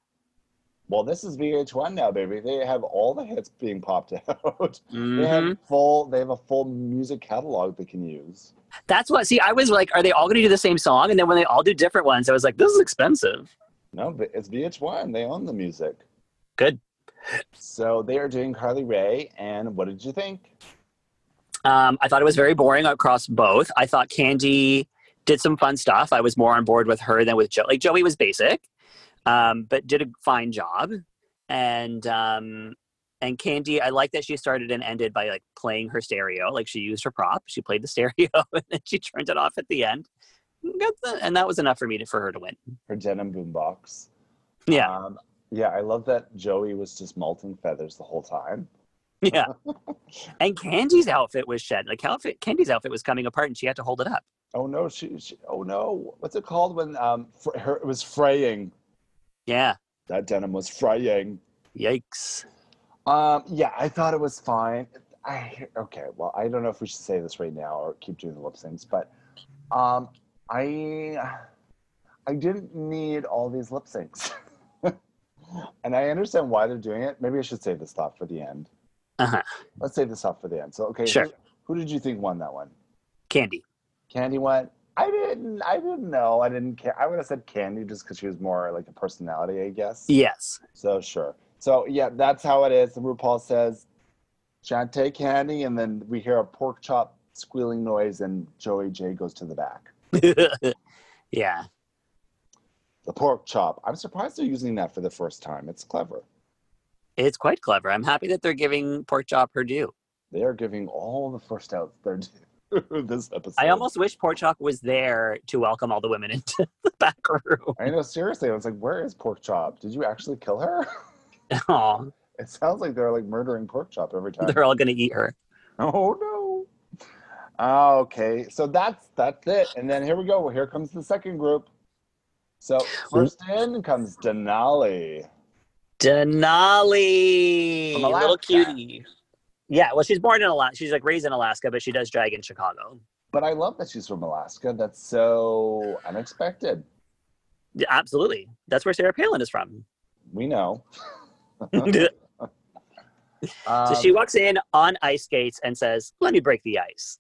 [SPEAKER 2] Well, this is VH1 now, baby. They have all the hits being popped out. They
[SPEAKER 3] Mhm.
[SPEAKER 2] have full. They have a full music catalog they can use.
[SPEAKER 3] That's what, see, I was like, are they all going to do the same song? And then when they all do different ones, I was like, this is expensive.
[SPEAKER 2] No, but it's VH1. They own the music.
[SPEAKER 3] Good.
[SPEAKER 2] So they are doing Carly Rae, and what did you think?
[SPEAKER 3] Um, I thought it was very boring across both. I thought Candy did some fun stuff. I was more on board with her than with Joe. Like Joey was basic, um, but did a fine job. And um, and Candy, I like that she started and ended by like playing her stereo. Like she used her prop, she played the stereo, and then she turned it off at the end. Got the- and that was enough for me to, for her to win.
[SPEAKER 2] Her denim boombox.
[SPEAKER 3] Yeah,
[SPEAKER 2] Um, yeah, I love that Joey was just molting feathers the whole time.
[SPEAKER 3] yeah. and Candy's outfit was shed. Like outfit, Candy's outfit was coming apart, and she had to hold it up.
[SPEAKER 2] Oh no, she. she oh no, what's it called when um fr- her it was fraying?
[SPEAKER 3] Yeah.
[SPEAKER 2] That denim was fraying.
[SPEAKER 3] Yikes.
[SPEAKER 2] Um, yeah, I thought it was fine. I okay. Well, I don't know if we should say this right now or keep doing the lip syncs, but um, I I didn't need all these lip syncs, and I understand why they're doing it. Maybe I should save this thought for the end.
[SPEAKER 3] Uh-huh.
[SPEAKER 2] Let's save this thought for the end. So, okay,
[SPEAKER 3] Sure.
[SPEAKER 2] who, who did you think won that one?
[SPEAKER 3] Candy.
[SPEAKER 2] Candy went. I didn't. I didn't know. I didn't care. I would have said Candy just because she was more like a personality, I guess.
[SPEAKER 3] Yes.
[SPEAKER 2] So sure. So yeah, that's how it is. And RuPaul says, "Shantae Candy," and then we hear a pork chop squealing noise, and Joey J goes to the back.
[SPEAKER 3] yeah.
[SPEAKER 2] The pork chop. I'm surprised they're using that for the first time. It's clever.
[SPEAKER 3] It's quite clever. I'm happy that they're giving Porkchop her due.
[SPEAKER 2] They are giving all the first outs they're this episode.
[SPEAKER 3] I almost wish Porkchop was there to welcome all the women into the back room.
[SPEAKER 2] I know. Seriously, I was like, "Where is pork chop? Did you actually kill her?"
[SPEAKER 3] Aw,
[SPEAKER 2] It sounds like they're like murdering pork chop every time.
[SPEAKER 3] they're all going to eat her.
[SPEAKER 2] Oh no. Ah, Okay, so that's that's it. And then here we go. Well, here comes the second group. So first in comes Denali.
[SPEAKER 3] Denali,
[SPEAKER 2] From
[SPEAKER 3] little
[SPEAKER 2] Alaska.
[SPEAKER 3] cutie. Yeah, well, she's born in Alaska. She's like raised in Alaska, but she does drag in Chicago.
[SPEAKER 2] But I love that she's from Alaska. That's so unexpected.
[SPEAKER 3] Yeah, absolutely. That's where Sarah Palin is from.
[SPEAKER 2] We know.
[SPEAKER 3] so
[SPEAKER 2] Oh, Um,
[SPEAKER 3] she walks in on ice skates and says, Let me break the ice.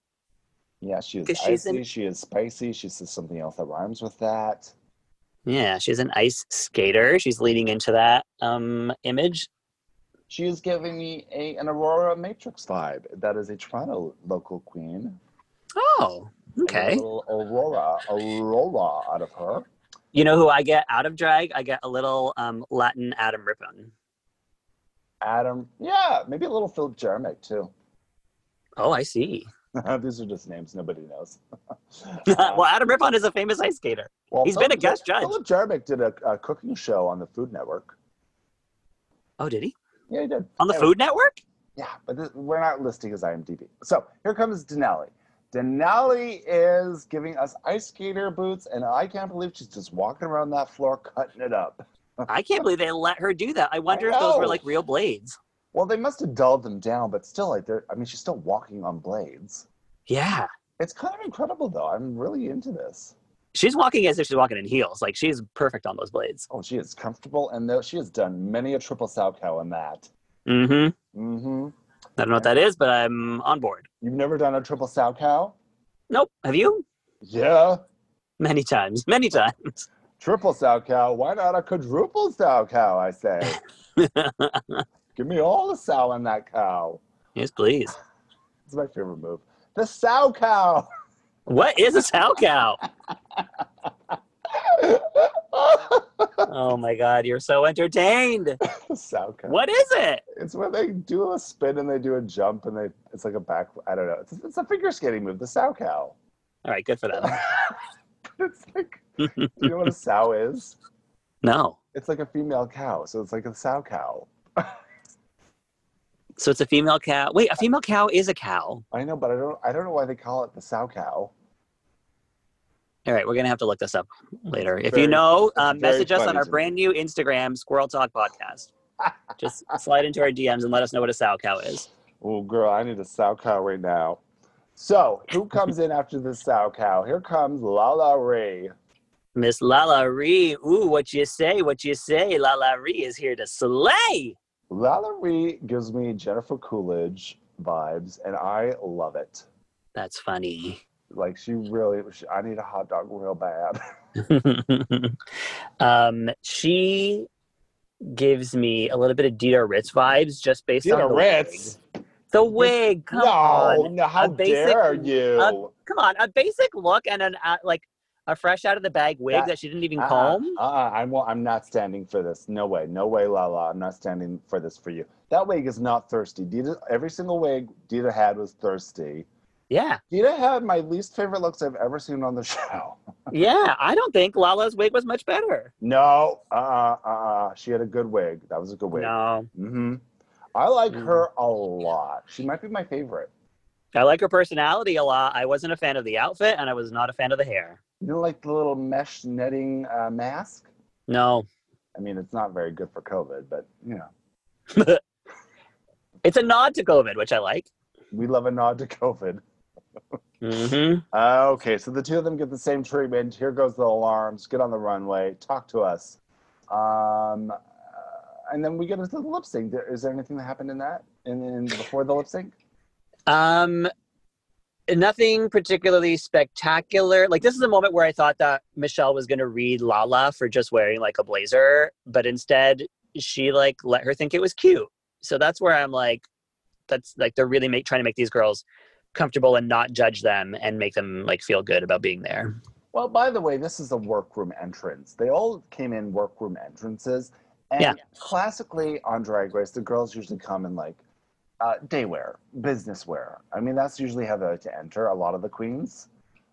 [SPEAKER 2] yeah, she is
[SPEAKER 3] 'cause she's
[SPEAKER 2] icy.
[SPEAKER 3] in-
[SPEAKER 2] She is spicy. She says something else that rhymes with that.
[SPEAKER 3] Yeah, she's an ice skater. She's leaning into that um, image.
[SPEAKER 2] She is giving me a an Aurora Matrix vibe. That is a Toronto local queen.
[SPEAKER 3] Oh,
[SPEAKER 2] A
[SPEAKER 3] okay.
[SPEAKER 2] little Aurora, Aurora out of her.
[SPEAKER 3] You know who I get out of drag? I get a little um, Latin Adam Rippon.
[SPEAKER 2] Adam, yeah, maybe a little Philip Jeremick too.
[SPEAKER 3] Oh, I see.
[SPEAKER 2] These are just names nobody knows. Uh,
[SPEAKER 3] well, Adam Rippon is a famous ice skater.
[SPEAKER 2] well,
[SPEAKER 3] he's been a
[SPEAKER 2] Philip
[SPEAKER 3] guest
[SPEAKER 2] Jer-
[SPEAKER 3] judge.
[SPEAKER 2] Philip Jeremick did a, a cooking show on the Food Network.
[SPEAKER 3] Oh, did he?
[SPEAKER 2] Yeah, he did.
[SPEAKER 3] On the
[SPEAKER 2] Yeah,
[SPEAKER 3] Food Network?
[SPEAKER 2] Yeah, but this, we're not listing his IMDb. So here comes Denali. Denali is giving us ice skater boots, and I can't believe she's just walking around that floor cutting it up.
[SPEAKER 3] I can't believe they let her do that. I wonder if those were
[SPEAKER 2] know.
[SPEAKER 3] like real blades.
[SPEAKER 2] Well, they must have dulled them down, but still, like, they're, I mean, she's still walking on blades.
[SPEAKER 3] Yeah.
[SPEAKER 2] It's kind of incredible, though. I'm really into this.
[SPEAKER 3] She's walking as if she's walking in heels. Like she's perfect on those blades.
[SPEAKER 2] Oh, she is comfortable, and though she has done many a triple sow cow in that.
[SPEAKER 3] Mm-hmm. I
[SPEAKER 2] Mm-hmm.
[SPEAKER 3] don't know what that is, but I'm on board.
[SPEAKER 2] You've never done a triple sow cow?
[SPEAKER 3] Nope. Have you?
[SPEAKER 2] Yeah.
[SPEAKER 3] Many times. Many times.
[SPEAKER 2] Triple sow cow. Why not a quadruple sow cow? I say. Give me all the sow in that cow.
[SPEAKER 3] yes, please.
[SPEAKER 2] It's my favorite move. The sow cow.
[SPEAKER 3] What is a sow cow? Oh my God, you're so entertained.
[SPEAKER 2] sow cow.
[SPEAKER 3] What is it?
[SPEAKER 2] It's when they do a spin and they do a jump and they it's like a back. I don't know. It's, it's a figure skating move. The sow cow.
[SPEAKER 3] All right, good for them.
[SPEAKER 2] it's like do you know what a sow is?
[SPEAKER 3] No.
[SPEAKER 2] It's like a female cow, so it's like a sow cow.
[SPEAKER 3] So it's a female cow. Wait, a female cow is a cow.
[SPEAKER 2] I know, but I don't. I don't know why they call it the sow cow.
[SPEAKER 3] All right, we're gonna have to look this up later. If
[SPEAKER 2] Very-
[SPEAKER 3] you know, uh,
[SPEAKER 2] very
[SPEAKER 3] message us
[SPEAKER 2] funny
[SPEAKER 3] on our
[SPEAKER 2] to me.
[SPEAKER 3] brand new Instagram, Squirrel Talk Podcast. Just slide into our DMs and let us know what a sow cow is.
[SPEAKER 2] Oh, girl, I need a sow cow right now. So who comes in after the sow cow? Here comes Lala Ray.
[SPEAKER 3] Miss Lala Ree, ooh, what you say? What you say? Lala Ree is here to slay.
[SPEAKER 2] Lala Ray gives me Jennifer Coolidge vibes, and I love it.
[SPEAKER 3] That's funny.
[SPEAKER 2] Like she really. She, I need a hot dog real bad.
[SPEAKER 3] um, she gives me a little bit of Dieter Ritz vibes just based on
[SPEAKER 2] Dina
[SPEAKER 3] the
[SPEAKER 2] Ritz.
[SPEAKER 3] wig. The wig, come
[SPEAKER 2] No,
[SPEAKER 3] on,
[SPEAKER 2] no, how
[SPEAKER 3] A basic-
[SPEAKER 2] dare you?
[SPEAKER 3] come on, a basic look and an uh, like a fresh out of the bag wig
[SPEAKER 2] That-
[SPEAKER 3] that she didn't even
[SPEAKER 2] Uh-uh,
[SPEAKER 3] comb.
[SPEAKER 2] Uh-uh, I'm, well, I'm not standing for this. No way. No way, Lala. I'm not standing for this for you. That wig is not thirsty. Dita, every single wig Dita had was thirsty.
[SPEAKER 3] Yeah,
[SPEAKER 2] Dita had my least favorite looks I've ever seen on the show.
[SPEAKER 3] yeah. I don't think Lala's wig was much better.
[SPEAKER 2] No, uh-uh, uh-uh. She had a good wig. That was a good wig.
[SPEAKER 3] No,
[SPEAKER 2] hmm I like
[SPEAKER 3] Mm.
[SPEAKER 2] her a lot. She might be my favorite.
[SPEAKER 3] I like her personality a lot. I wasn't a fan of the outfit, and I was not a fan of the hair.
[SPEAKER 2] You know, like the little mesh netting uh, mask?
[SPEAKER 3] No,
[SPEAKER 2] I mean, it's not very good for COVID, but, you know,
[SPEAKER 3] it's a nod to COVID, which I like.
[SPEAKER 2] we love a nod to COVID.
[SPEAKER 3] Mm-hmm.
[SPEAKER 2] Uh, okay, so the two of them get the same treatment. Here goes the alarms. Get on the runway. Talk to us. Um, uh, and then we get into the lip sync. There- Is there anything that happened in that? And then before the lip sync?
[SPEAKER 3] Um, nothing particularly spectacular. Like this is a moment where I thought that Michelle was gonna read Lala for just wearing like a blazer, but instead she like let her think it was cute. So that's where I'm like, that's like they're really make, trying to make these girls comfortable and not judge them and make them like feel good about being there.
[SPEAKER 2] Well, by the way, this is a workroom entrance. They all came in workroom entrances. And
[SPEAKER 3] Yeah.
[SPEAKER 2] classically on Drag Race, the girls usually come in like uh, day wear, business wear. I mean, that's usually how they like to enter a lot of the queens.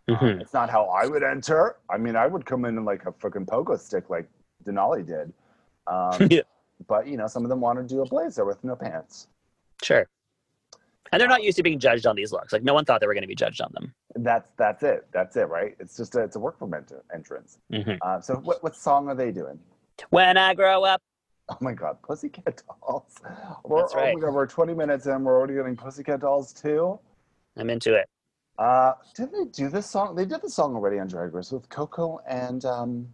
[SPEAKER 3] Mhm.
[SPEAKER 2] Uh, It's not how I would enter. I mean, I would come in in like a freaking pogo stick, like Denali did. Um,
[SPEAKER 3] Yeah.
[SPEAKER 2] But you know, some of them want to do a blazer with no pants.
[SPEAKER 3] Sure. And they're not used to being judged on these looks. Like no one thought they were going to be judged on them.
[SPEAKER 2] That's that's it. That's it, right? It's just a, it's a work from ent- entrance.
[SPEAKER 3] Mhm.
[SPEAKER 2] Uh, so what what song are they doing?
[SPEAKER 3] When I grow up,
[SPEAKER 2] Oh my God, Pussycat Dolls. We're,
[SPEAKER 3] That's
[SPEAKER 2] Oh
[SPEAKER 3] right.
[SPEAKER 2] my God, we're 20 minutes in. We're already getting Pussycat Dolls too.
[SPEAKER 3] I'm into it.
[SPEAKER 2] Uh, did they do this song? They did the song already on Drag Race with Coco and um,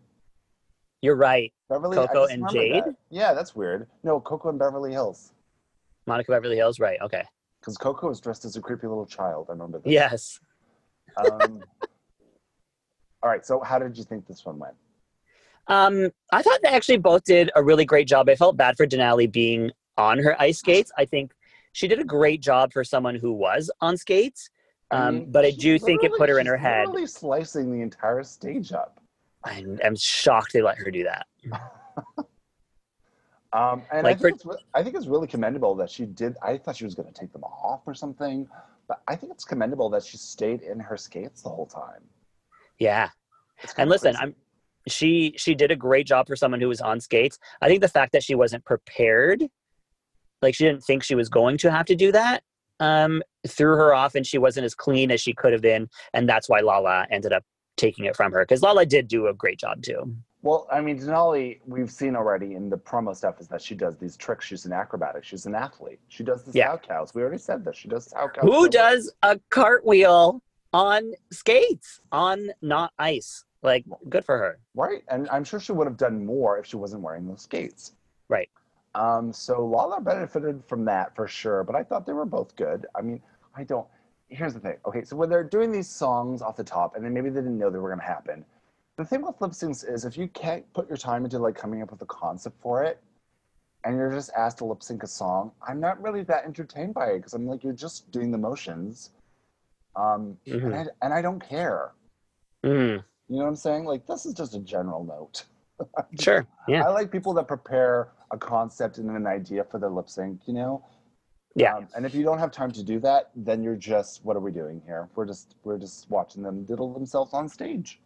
[SPEAKER 3] You're right.
[SPEAKER 2] Beverly. I
[SPEAKER 3] Coco
[SPEAKER 2] just
[SPEAKER 3] and
[SPEAKER 2] remembered
[SPEAKER 3] Jade?
[SPEAKER 2] that. Yeah, that's weird. No, Coco and Beverly Hills.
[SPEAKER 3] Monica Beverly Hills, right? Okay.
[SPEAKER 2] because Coco was dressed as a creepy little child. I remember that.
[SPEAKER 3] Yes.
[SPEAKER 2] Um, all right. So, how did you think this one went?
[SPEAKER 3] Um, I thought they actually both did a really great job. I felt bad for Denali being on her ice skates. I think she did a great job for someone who was on skates. Um, but I
[SPEAKER 2] she's
[SPEAKER 3] do think it put her in
[SPEAKER 2] Mm-hmm. literally-
[SPEAKER 3] her
[SPEAKER 2] she's
[SPEAKER 3] head.
[SPEAKER 2] Literally slicing the entire stage up.
[SPEAKER 3] I am shocked they let her do that.
[SPEAKER 2] Um, and I,
[SPEAKER 3] Like
[SPEAKER 2] think
[SPEAKER 3] for-
[SPEAKER 2] it's, re- I think it's really commendable that she did. I thought she was going to take them off or something, but I think it's commendable that she stayed in her skates the whole time.
[SPEAKER 3] Yeah.
[SPEAKER 2] It's kinda
[SPEAKER 3] And listen,
[SPEAKER 2] crazy.
[SPEAKER 3] I'm she she did a great job for someone who was on skates. I think the fact that she wasn't prepared, like she didn't think she was going to have to do that, um, threw her off and she wasn't as clean as she could have been, and that's why Lala ended up taking it from her. Because Lala did do a great job too.
[SPEAKER 2] Well, I mean, Denali, we've seen already in the promo stuff is that she does these tricks. She's an acrobatic. She's an athlete. She does the
[SPEAKER 3] Yeah.
[SPEAKER 2] sow cows. We already said this. She does sow cows.
[SPEAKER 3] Who
[SPEAKER 2] so well.
[SPEAKER 3] does a cartwheel on skates, on not ice. Like, good for her.
[SPEAKER 2] Right. And I'm sure she would have done more if she wasn't wearing those skates.
[SPEAKER 3] Right.
[SPEAKER 2] Um, so Lala benefited from that for sure, but I thought they were both good. I mean, I don't. Here's the thing. Okay, so when they're doing these songs off the top, and then maybe they didn't know they were going to happen. The thing with lip syncs is if you can't put your time into like coming up with a concept for it, and you're just asked to lip sync a song, I'm not really that entertained by it because I'm like, you're just doing the motions, um,
[SPEAKER 3] Mm-hmm. Hmm.
[SPEAKER 2] and, I, and I don't care.
[SPEAKER 3] Mhm.
[SPEAKER 2] You know what I'm saying? Like this is just a general note.
[SPEAKER 3] Sure. Yeah.
[SPEAKER 2] I like people that prepare a concept and an idea for their lip sync, you know?
[SPEAKER 3] Yeah.
[SPEAKER 2] Um, and if you don't have time to do that, then you're just what are we doing here? We're just we're just watching them diddle themselves on stage.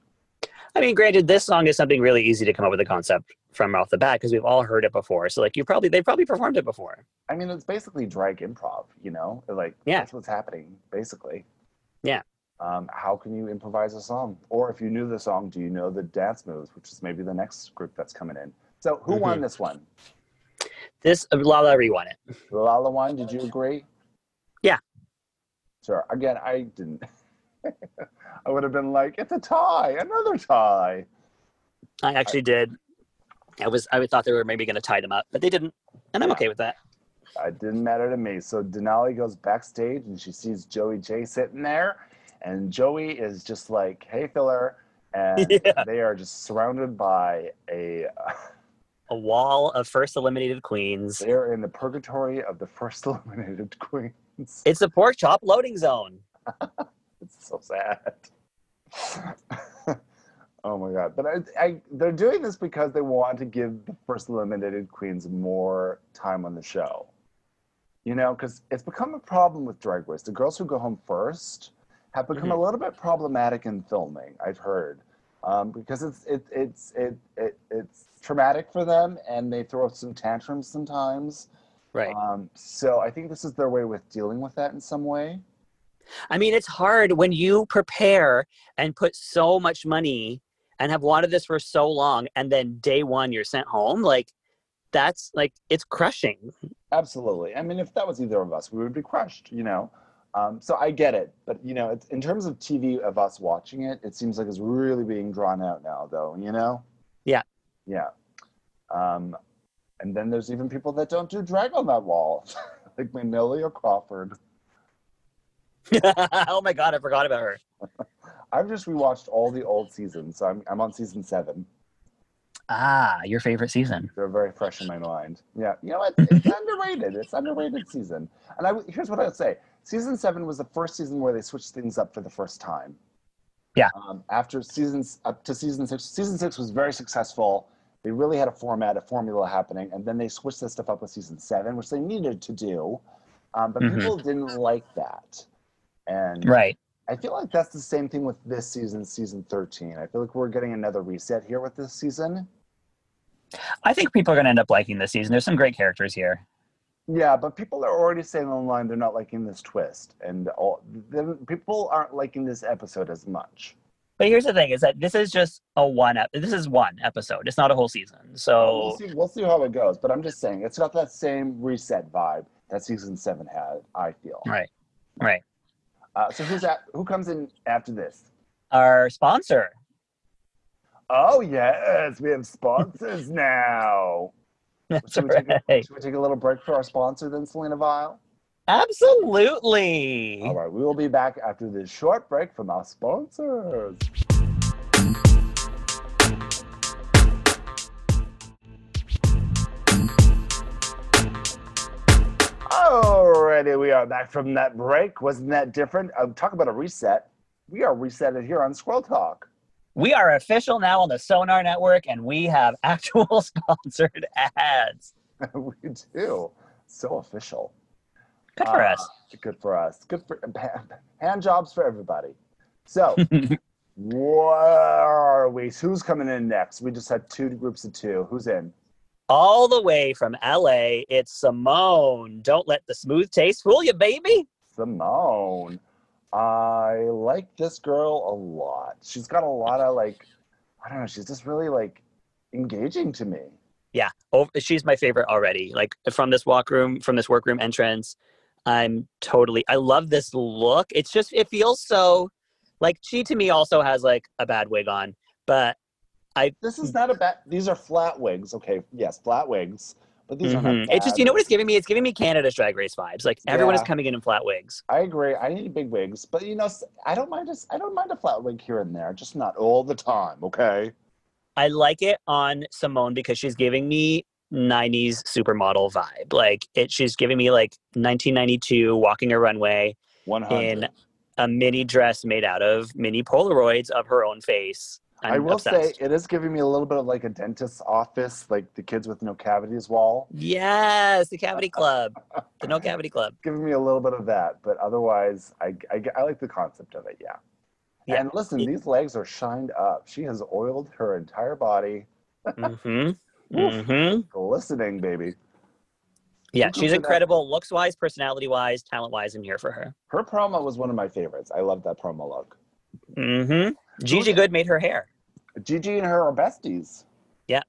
[SPEAKER 3] I mean, granted, this song is something really easy to come up with a concept from off the bat because we've all heard it before. So, like, you probably, they probably performed it before.
[SPEAKER 2] I mean, it's basically drag improv, you know? Like
[SPEAKER 3] Yeah.
[SPEAKER 2] that's what's happening basically.
[SPEAKER 3] Yeah.
[SPEAKER 2] Um, how can you improvise a song? Or if you knew the song, do you know the dance moves, which is maybe the next group that's coming in? So who
[SPEAKER 3] Mm-hmm.
[SPEAKER 2] won this one?
[SPEAKER 3] This, uh, Lala rewon it.
[SPEAKER 2] Lala won. Did you agree?
[SPEAKER 3] Yeah.
[SPEAKER 2] Sure. Again, I didn't. I would have been like, it's a tie, another tie.
[SPEAKER 3] I actually did. I was, I thought they were maybe going to tie them up, but they didn't. And I'm
[SPEAKER 2] Yeah.
[SPEAKER 3] okay with that.
[SPEAKER 2] It didn't matter to me. So Denali goes backstage and she sees Joey J sitting there, and Joey is just like, hey, filler. And
[SPEAKER 3] Yeah.
[SPEAKER 2] they are just surrounded by a.
[SPEAKER 3] A wall of first eliminated queens.
[SPEAKER 2] They're in the purgatory of the first eliminated queens.
[SPEAKER 3] It's a pork chop loading zone.
[SPEAKER 2] It's so sad. oh my god! But I, I, they're doing this because they want to give the first eliminated queens more time on the show. You know, because it's become a problem with Drag Race. The girls who go home first have become a little bit problematic in filming. I've heard um, because it's it, it's it, it it's traumatic for them, and they throw some tantrums sometimes.
[SPEAKER 3] Right.
[SPEAKER 2] Um, so I think this is their way with dealing with that in some way.
[SPEAKER 3] I mean, it's hard when you prepare and put so much money and have wanted this for so long, and then day one you're sent home. Like, that's like, it's crushing.
[SPEAKER 2] Absolutely. I mean, if that was either of us, we would be crushed, you know? Um, so I get it. But, you know, it's, in terms of TV of us watching it, it seems like it's really being drawn out now, though, you know?
[SPEAKER 3] Yeah.
[SPEAKER 2] Yeah. Um, and then there's even people that don't do drag on that wall, like Magnolia Crawford.
[SPEAKER 3] oh my God, I forgot about her.
[SPEAKER 2] I've just rewatched all the old seasons. So I'm, I'm on season seven.
[SPEAKER 3] Ah, your favorite season.
[SPEAKER 2] They're very fresh in my mind. Yeah, you know what? It's underrated. It's underrated season. And I w- here's what I would say: season seven was the first season where they switched things up for the first time.
[SPEAKER 3] Yeah.
[SPEAKER 2] Um, after seasons up to season six, season six was very successful. They really had a format, a formula happening, and then they switched this stuff up with season seven, which they needed to do. Um, but
[SPEAKER 3] Mhm.
[SPEAKER 2] people didn't like that, and
[SPEAKER 3] Right.
[SPEAKER 2] I feel like that's the same thing with this season, season thirteen. I feel like we're getting another reset here with this season.
[SPEAKER 3] I think people are going to end up liking this season. There's some great characters here.
[SPEAKER 2] Yeah, but people are already saying online they're not liking this twist, and all the, people aren't liking this episode as much.
[SPEAKER 3] But here's the thing is that this is just a one, ep- this is one episode. It's not a whole season. So,
[SPEAKER 2] We'll see, we'll see how it goes, but I'm just saying it's not that same reset vibe that season seven had. I feel
[SPEAKER 3] right. Right.
[SPEAKER 2] Uh, so who's at, who comes in after this?
[SPEAKER 3] Our sponsor,
[SPEAKER 2] Oh yes, we have sponsors now.
[SPEAKER 3] That's
[SPEAKER 2] should, we take, a-
[SPEAKER 3] right.
[SPEAKER 2] should we take a little break for our sponsor then, Selena Vile?
[SPEAKER 3] Absolutely.
[SPEAKER 2] All right, we will be back after this short break from our sponsors. Alrighty, we are back from that break. Wasn't that different? Um, talk about a reset. We are resetted here on Squirrel Talk.
[SPEAKER 3] We are official now on the Sonar Network, and we have actual sponsored ads.
[SPEAKER 2] we do. So official.
[SPEAKER 3] Good for
[SPEAKER 2] Uh,
[SPEAKER 3] us.
[SPEAKER 2] Good for us. Good for hand jobs for everybody. So, where are we? Who's coming in next? We just had two groups of two. Who's in?
[SPEAKER 3] All the way from LA, it's Simone. Don't let the smooth taste fool you, baby.
[SPEAKER 2] Simone. I like this girl a lot. She's got a lot of like, I don't know. She's just really like engaging to me.
[SPEAKER 3] Yeah, oh, she's my favorite already. Like from this walk room, from this workroom entrance, I'm totally. I love this look. It's just it feels so Like she to me also has like a bad wig on, but
[SPEAKER 2] This is not a bad. These are flat wigs. Okay, yes, flat wigs. But these are
[SPEAKER 3] mhm.
[SPEAKER 2] not.
[SPEAKER 3] it's just
[SPEAKER 2] bad.
[SPEAKER 3] you know what it's giving me? It's giving me Canada's Drag Race vibes. Like everyone is
[SPEAKER 2] Yeah.
[SPEAKER 3] coming in in flat wigs.
[SPEAKER 2] I agree. I need big wigs, but you know, s- I don't mind. A, I don't mind a flat wig here and there, just not all the time. Okay.
[SPEAKER 3] I like it on Simone because she's giving me 90s supermodel vibe. Like it she's giving me like 1992 walking a runway
[SPEAKER 2] One
[SPEAKER 3] in
[SPEAKER 2] hundred.
[SPEAKER 3] a mini dress made out of mini Polaroids of her own face. I'm
[SPEAKER 2] I will
[SPEAKER 3] obsessed.
[SPEAKER 2] say it is giving me a little bit of like a dentist's office, like the kids with no cavities wall.
[SPEAKER 3] Yes, the Cavity Club. The No Cavity Club.
[SPEAKER 2] giving me a little bit of that, but otherwise, I, I, I like the concept of it. Yeah.
[SPEAKER 3] Yeah.
[SPEAKER 2] And listen, these legs are shined up. She has oiled her entire body,
[SPEAKER 3] Mm-hmm.
[SPEAKER 2] Oof.
[SPEAKER 3] Mm-hmm.
[SPEAKER 2] glistening, baby.
[SPEAKER 3] Yeah,
[SPEAKER 2] Who comes
[SPEAKER 3] she's
[SPEAKER 2] in that-
[SPEAKER 3] incredible looks wise, personality wise, talent wise. I'm here for her.
[SPEAKER 2] Her promo was one of my favorites. I love that promo look.
[SPEAKER 3] Mm-hmm. Gigi Good made her hair.
[SPEAKER 2] Gigi and her are besties.
[SPEAKER 3] Yeah.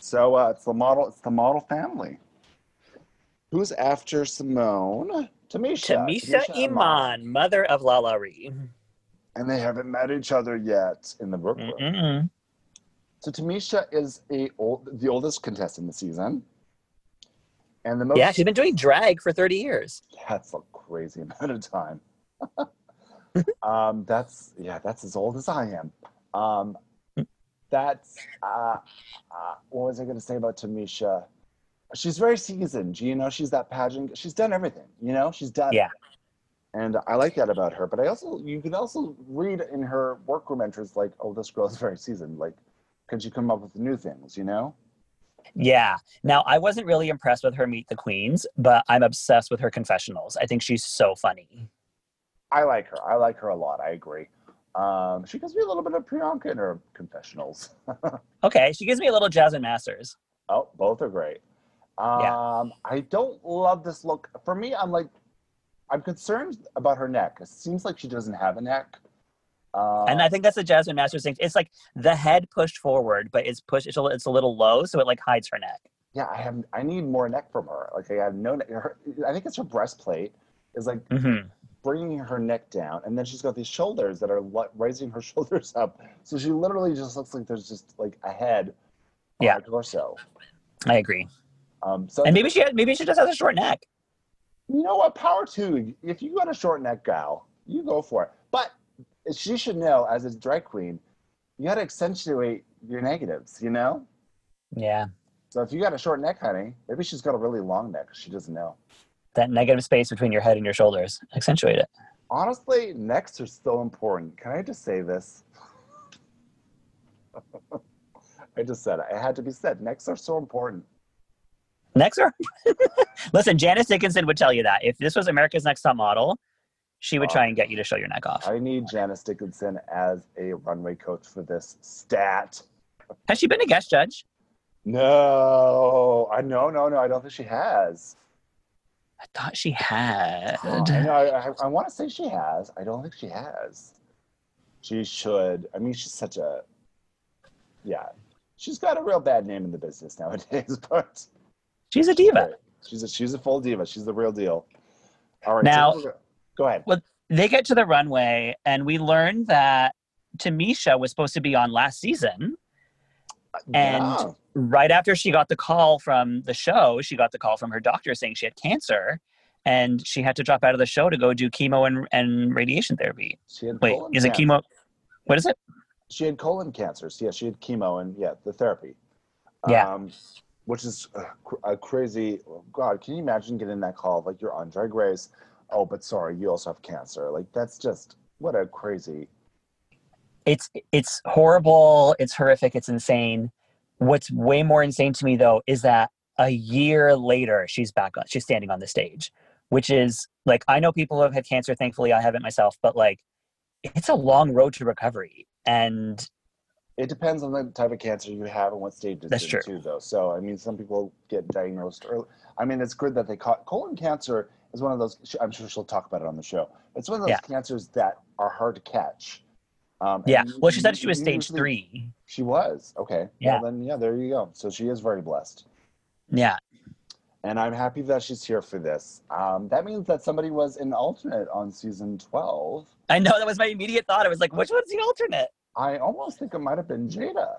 [SPEAKER 2] So uh, it's the model. It's the model family. Who's after Simone? Tamisha.
[SPEAKER 3] Tamisha Iman, mother of Lala Ree.
[SPEAKER 2] And they haven't met each other yet in the book room.
[SPEAKER 3] Mm-mm.
[SPEAKER 2] So Tamisha is a old, the oldest contestant this season, and the most
[SPEAKER 3] Yeah, she's been doing drag for 30 years.
[SPEAKER 2] that's a crazy amount of time. um, that's yeah, that's as old as I am. Um, that's uh, uh, what was I going to say about Tamisha? She's very seasoned. You know, she's that pageant. She's done everything. You know, she's done. it.
[SPEAKER 3] Yeah.
[SPEAKER 2] And I like that about her. But I also, you can also read in her workroom entrance, like, oh, this girl is very seasoned. Like, could she come up with new things? You know.
[SPEAKER 3] Yeah. Now, I wasn't really impressed with her Meet the Queens, but I'm obsessed with her confessionals. I think she's so funny.
[SPEAKER 2] I like her. I like her a lot. I agree. Um, she gives me a little bit of Priyanka in her confessionals.
[SPEAKER 3] Okay, she gives me a little Jasmine Masters.
[SPEAKER 2] Oh, both are great. Um,
[SPEAKER 3] Yeah.
[SPEAKER 2] I don't love this look. For me, I'm like, I'm concerned about her neck. It seems like she doesn't have a neck. Uh,
[SPEAKER 3] and I think that's the Jasmine Masters thing. It's like the head pushed forward, but it's pushed, it's a, it's a little low, so it like hides her neck.
[SPEAKER 2] yeah, I have. I need more neck from her. Like I have no neck. Her, I think it's her breastplate is like
[SPEAKER 3] Mm-hmm.
[SPEAKER 2] bringing her neck down, and then she's got these shoulders that are li- raising her shoulders up. So she literally just looks like there's just like a head. on
[SPEAKER 3] Yeah.
[SPEAKER 2] her torso.
[SPEAKER 3] I agree.
[SPEAKER 2] Um, so
[SPEAKER 3] And maybe she has, maybe she just has a short neck.
[SPEAKER 2] you know what? Power two. If you got a short neck gal, you go for it. But she should know, as a drag queen, you got to accentuate your negatives. You know.
[SPEAKER 3] Yeah.
[SPEAKER 2] So if you got a short neck, honey, maybe she's got a really long neck. She doesn't know.
[SPEAKER 3] That negative space between your head and your shoulders. Accentuate it.
[SPEAKER 2] Honestly, necks are so important. Can I just say this? I just said it. It had to be said. Necks are so important.
[SPEAKER 3] Next are Listen, Janice Dickinson would tell you that. If this was America's Next Top Model, she would try and get you to show your neck off.
[SPEAKER 2] I need Janice Dickinson as a runway coach for this stat.
[SPEAKER 3] Has she been a guest judge?
[SPEAKER 2] No, I no no no. I don't think she has.
[SPEAKER 3] I thought she had.
[SPEAKER 2] Oh, I, know, I, I, I want to say she has. I don't think she has. She should. I mean, she's such a. Yeah, she's got a real bad name in the business nowadays. But
[SPEAKER 3] She's a diva.
[SPEAKER 2] she's a she's a full diva. She's the real deal. All right.
[SPEAKER 3] Now-
[SPEAKER 2] so- go ahead.
[SPEAKER 3] They get to the runway, and we learn that Tamisha was supposed to be on last season. And
[SPEAKER 2] Yeah.
[SPEAKER 3] Right after she got the call from the show, she got the call from her doctor saying she had cancer and she had to drop out of the show to go do chemo and, and radiation therapy.
[SPEAKER 2] she had
[SPEAKER 3] Wait,
[SPEAKER 2] colon
[SPEAKER 3] is it
[SPEAKER 2] cancer.
[SPEAKER 3] chemo? What is it?
[SPEAKER 2] She had colon cancer. So yeah, she had chemo and yeah, the therapy.
[SPEAKER 3] Yeah.
[SPEAKER 2] Um, which is uh, cr- a crazy. oh, God, can you imagine getting that call like you're on Drag Race? Oh, but sorry, you also have cancer. Like that's just what a crazy.
[SPEAKER 3] it's it's horrible it's horrific it's insane what's way more insane to me though is that a year later she's back on she's standing on the stage which is like i know people who have had cancer thankfully i haven't myself but like it's a long road to recovery and
[SPEAKER 2] It depends on the type of cancer you have and what stage it's
[SPEAKER 3] That's
[SPEAKER 2] in
[SPEAKER 3] true.
[SPEAKER 2] too, though. So I mean, some people get diagnosed early. I mean, it's good that they caught colon cancer. Is one of those. she- I'm sure she'll talk about it on the show. It's one of those
[SPEAKER 3] Yeah.
[SPEAKER 2] cancers that are hard to catch. Um,
[SPEAKER 3] yeah
[SPEAKER 2] and
[SPEAKER 3] well she said she was stage
[SPEAKER 2] usually-
[SPEAKER 3] three
[SPEAKER 2] She was okay.
[SPEAKER 3] Yeah.
[SPEAKER 2] Well, then yeah, there you go. So she is very blessed.
[SPEAKER 3] yeah
[SPEAKER 2] and I'm happy that she's here for this. Um, that means that somebody was an alternate on season 12.
[SPEAKER 3] I know that was my immediate thought. I was like, which one's the alternate?
[SPEAKER 2] I almost think it might have been Jada.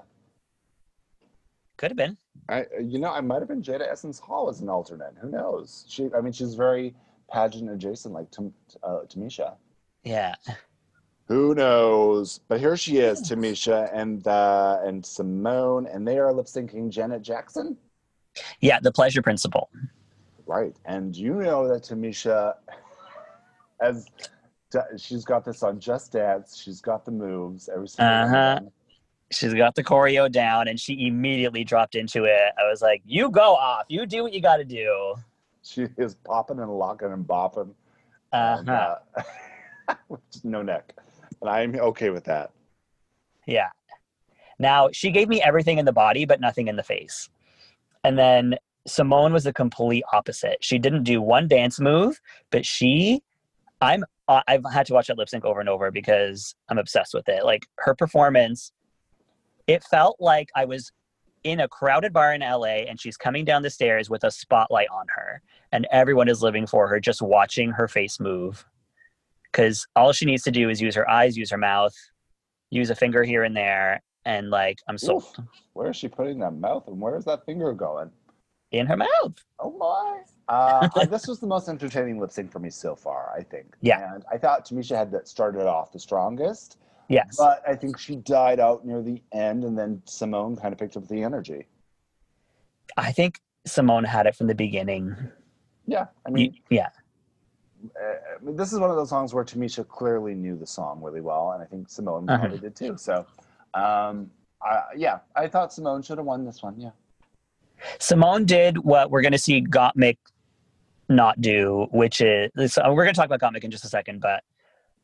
[SPEAKER 3] Could have been.
[SPEAKER 2] I, you know, I might have been Jada Essence Hall as an alternate. Who knows? She, I mean, she's very pageant adjacent, like Tam, uh, Tamisha.
[SPEAKER 3] Yeah.
[SPEAKER 2] Who knows? But here she is, Tamisha and uh, and Simone, and they are lip syncing Janet Jackson,
[SPEAKER 3] Yeah, the pleasure principle.
[SPEAKER 2] right? And you know that Tamisha, as she's got this on Just Dance, she's got the moves every single
[SPEAKER 3] Uh-huh.
[SPEAKER 2] one.
[SPEAKER 3] She's got the choreo down and she immediately dropped into it. I was like, you go off. You do what you got to do.
[SPEAKER 2] She is popping and locking and bopping. and,
[SPEAKER 3] Uh-huh.
[SPEAKER 2] uh, with no neck, and I'm okay with that.
[SPEAKER 3] Yeah. Now, she gave me everything in the body, but nothing in the face. And then Simone was the complete opposite. She didn't do one dance move, but she, I'm, I- I've had to watch that lip sync over and over because I'm obsessed with it. Like her performance, it felt like I was in a crowded bar in LA and she's coming down the stairs with a spotlight on her and everyone is living for her, just watching her face move. Cause all she needs to do is use her eyes, use her mouth, use a finger here and there. And like, I'm so
[SPEAKER 2] Oof. Where is she putting that mouth, and where is that finger going?
[SPEAKER 3] in her mouth.
[SPEAKER 2] Oh my! Uh, I- this was the most entertaining lip sync for me so far, I think.
[SPEAKER 3] Yeah.
[SPEAKER 2] And I thought Tamisha had that started off the strongest,
[SPEAKER 3] Yes.
[SPEAKER 2] but I think she died out near the end, and then Simone kind of picked up the energy.
[SPEAKER 3] I think Simone had it from the beginning.
[SPEAKER 2] Yeah, I
[SPEAKER 3] Y-
[SPEAKER 2] mean,
[SPEAKER 3] Yeah.
[SPEAKER 2] uh, I mean, this is one of those songs where Tamisha clearly knew the song really well, and I think Simone
[SPEAKER 3] Uh-huh.
[SPEAKER 2] probably did too. So, um, I, yeah, I thought Simone should have won this one. Yeah.
[SPEAKER 3] Simone did what we're going to see Gottmik not do, which is this- uh, we're going to talk about Gottmik in just a second, but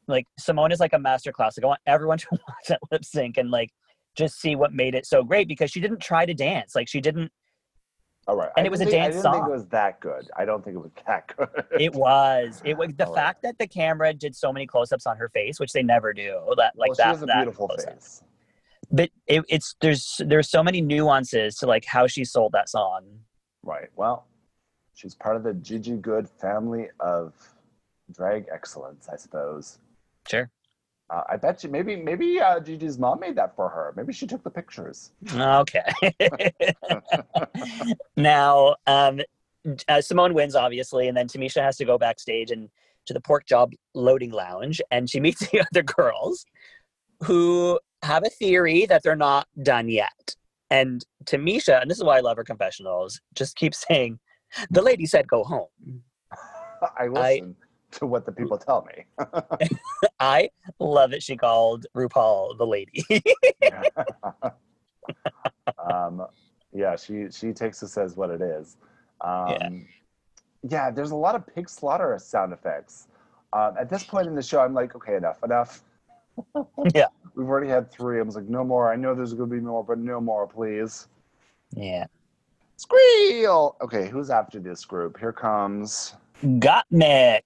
[SPEAKER 3] like Simone is like a masterclass. Like I want everyone to watch that lip sync and like just see what made it so great because she didn't try to dance. Like she didn't.
[SPEAKER 2] All right.
[SPEAKER 3] And
[SPEAKER 2] I
[SPEAKER 3] it was a
[SPEAKER 2] didn't think-
[SPEAKER 3] dance
[SPEAKER 2] I didn't
[SPEAKER 3] song.
[SPEAKER 2] think it was that good. I don't think it was that good.
[SPEAKER 3] It was. It was the
[SPEAKER 2] All right.
[SPEAKER 3] fact that the camera did so many close-ups on her face, which they never do. That like
[SPEAKER 2] well,
[SPEAKER 3] that.
[SPEAKER 2] she has a
[SPEAKER 3] that
[SPEAKER 2] beautiful
[SPEAKER 3] close-up.
[SPEAKER 2] face.
[SPEAKER 3] But it, it's there's there's so many nuances to like how she sold that song.
[SPEAKER 2] Right. Well, she's part of the Gigi Good family of drag excellence, I suppose.
[SPEAKER 3] Sure.
[SPEAKER 2] Uh, I bet you maybe maybe uh, Gigi's mom made that for her. Maybe she took the pictures.
[SPEAKER 3] Okay. now, um, uh, Simone wins, obviously, and then Tamisha has to go backstage and to the pork job loading lounge, and she meets the other girls who have a theory that they're not done yet. And Tamisha, and this is why I love her confessionals, just keeps saying, the lady said go home.
[SPEAKER 2] I listen to what the people tell me.
[SPEAKER 3] I love that she called RuPaul the lady.
[SPEAKER 2] um, yeah, she she takes this as what it is. Um,
[SPEAKER 3] Yeah.
[SPEAKER 2] yeah. there's a lot of pig slaughter sound effects. Um, at this point in the show, I'm like, okay, enough, enough.
[SPEAKER 3] Yeah.
[SPEAKER 2] We've already had three. I was like, no more. I know there's going to be more, but no more, please.
[SPEAKER 3] yeah.
[SPEAKER 2] Squeal. Okay, who's after this group? Here comes.
[SPEAKER 3] Gottmik.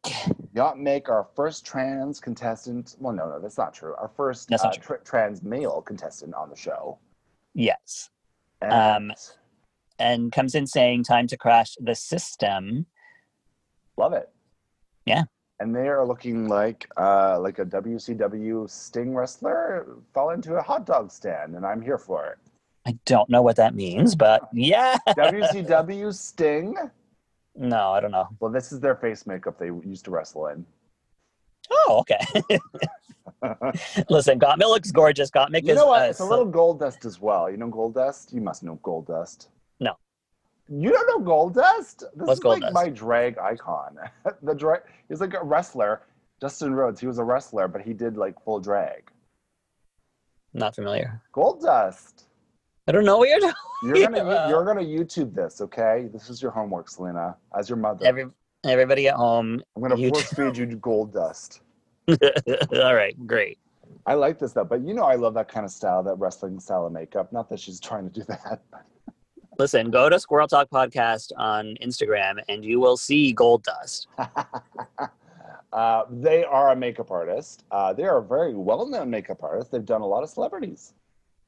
[SPEAKER 2] Yacht make our first trans contestant. Well, no, no, that's not true. Our first
[SPEAKER 3] That's
[SPEAKER 2] uh,
[SPEAKER 3] not
[SPEAKER 2] tr- trans male contestant on the show.
[SPEAKER 3] Yes.
[SPEAKER 2] And
[SPEAKER 3] Um, and comes in saying time to crash the system
[SPEAKER 2] Love it.
[SPEAKER 3] Yeah.
[SPEAKER 2] And they are looking like uh, like a WCW sting wrestler fell into a hot dog stand, and I'm here for it.
[SPEAKER 3] i don't know what that means but yeah
[SPEAKER 2] WCW sting.
[SPEAKER 3] no i don't know
[SPEAKER 2] Well, this is their face makeup they used to wrestle in.
[SPEAKER 3] oh okay listen gottmik looks gorgeous gottmik
[SPEAKER 2] you
[SPEAKER 3] is
[SPEAKER 2] know what?
[SPEAKER 3] uh,
[SPEAKER 2] It's a little gold dust as well. You know gold dust. You must know gold dust.
[SPEAKER 3] No.
[SPEAKER 2] You don't know gold dust. This
[SPEAKER 3] What's
[SPEAKER 2] is
[SPEAKER 3] Gold
[SPEAKER 2] like
[SPEAKER 3] Dust?
[SPEAKER 2] my drag icon. the drag. He's like a wrestler. Justin Rhodes. He was a wrestler, but he did like full drag.
[SPEAKER 3] not familiar
[SPEAKER 2] Gold dust.
[SPEAKER 3] i don't know what you're doing
[SPEAKER 2] You're gonna
[SPEAKER 3] Yeah.
[SPEAKER 2] you're gonna YouTube this, okay? This is your homework, Selena. As your mother,
[SPEAKER 3] Every, everybody at home
[SPEAKER 2] I'm gonna
[SPEAKER 3] you-
[SPEAKER 2] force feed you gold dust.
[SPEAKER 3] all right great
[SPEAKER 2] I like this though, but you know I love that kind of style, that wrestling style of makeup. Not that she's trying to do that.
[SPEAKER 3] listen go to squirrel talk podcast on instagram and you will see gold dust
[SPEAKER 2] uh, they are a makeup artist. Uh, they are a very well-known makeup artist. They've done a lot of celebrities.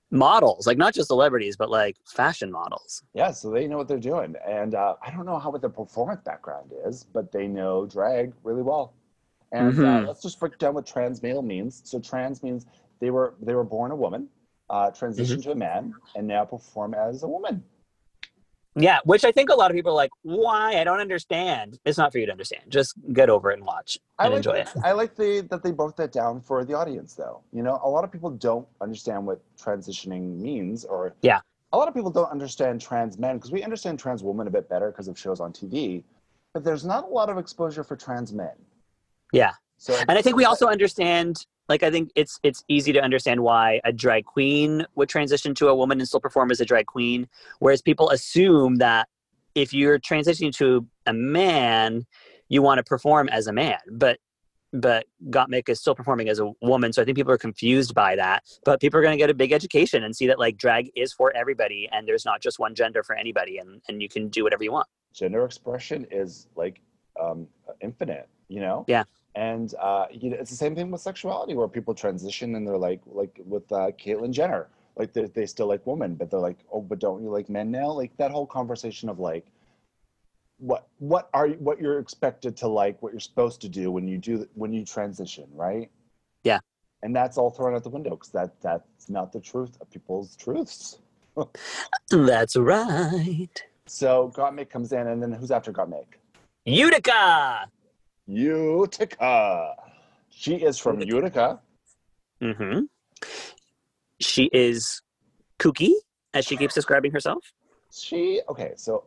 [SPEAKER 3] models, like not just celebrities, but like fashion models.
[SPEAKER 2] Yeah, so they know what they're doing. And uh, I don't know how what their performance background is, but they know drag really well. And
[SPEAKER 3] Mhm.
[SPEAKER 2] uh, let's just break down what trans male means. So trans means they were they were born a woman, uh, transitioned to a man, and now perform as a woman.
[SPEAKER 3] Yeah, which I think a lot of people are like, why? I don't understand. It's not for you to understand. Just get over it and watch
[SPEAKER 2] I
[SPEAKER 3] and
[SPEAKER 2] like
[SPEAKER 3] enjoy it.
[SPEAKER 2] I like the that they broke that down for the audience though. You know, a lot of people don't understand what transitioning means or
[SPEAKER 3] Yeah.
[SPEAKER 2] A lot of people don't understand trans men because we understand trans women a bit better because of shows on TV, but there's not a lot of exposure for trans men.
[SPEAKER 3] Yeah.
[SPEAKER 2] So
[SPEAKER 3] And I think we also understand, like, I think it's it's easy to understand why a drag queen would transition to a woman and still perform as a drag queen, whereas people assume that if you're transitioning to a man, you want to perform as a man, but but Gottmik is still performing as a woman, so I think people are confused by that. But people are going to get a big education and see that like drag is for everybody, and there's not just one gender for anybody, and and you can do whatever you want.
[SPEAKER 2] gender expression is like um, infinite, you know?
[SPEAKER 3] Yeah.
[SPEAKER 2] And uh, you know, it's the same thing with sexuality where people transition and they're like, like with uh, Caitlyn Jenner, like they, they still like women, but they're like, oh, but don't you like men now? Like that whole conversation of like, what what are you, what you're expected to like, what you're supposed to do when you do when you transition, right?
[SPEAKER 3] Yeah.
[SPEAKER 2] And that's all thrown out the window because that that's not the truth of people's truths.
[SPEAKER 3] That's right,
[SPEAKER 2] So Gottmik comes in, and then who's after Gottmik?
[SPEAKER 3] Utica.
[SPEAKER 2] Utica. She is from
[SPEAKER 3] Utica.
[SPEAKER 2] Utica.
[SPEAKER 3] Mm-hmm. She is kooky, as she keeps describing herself.
[SPEAKER 2] She okay, so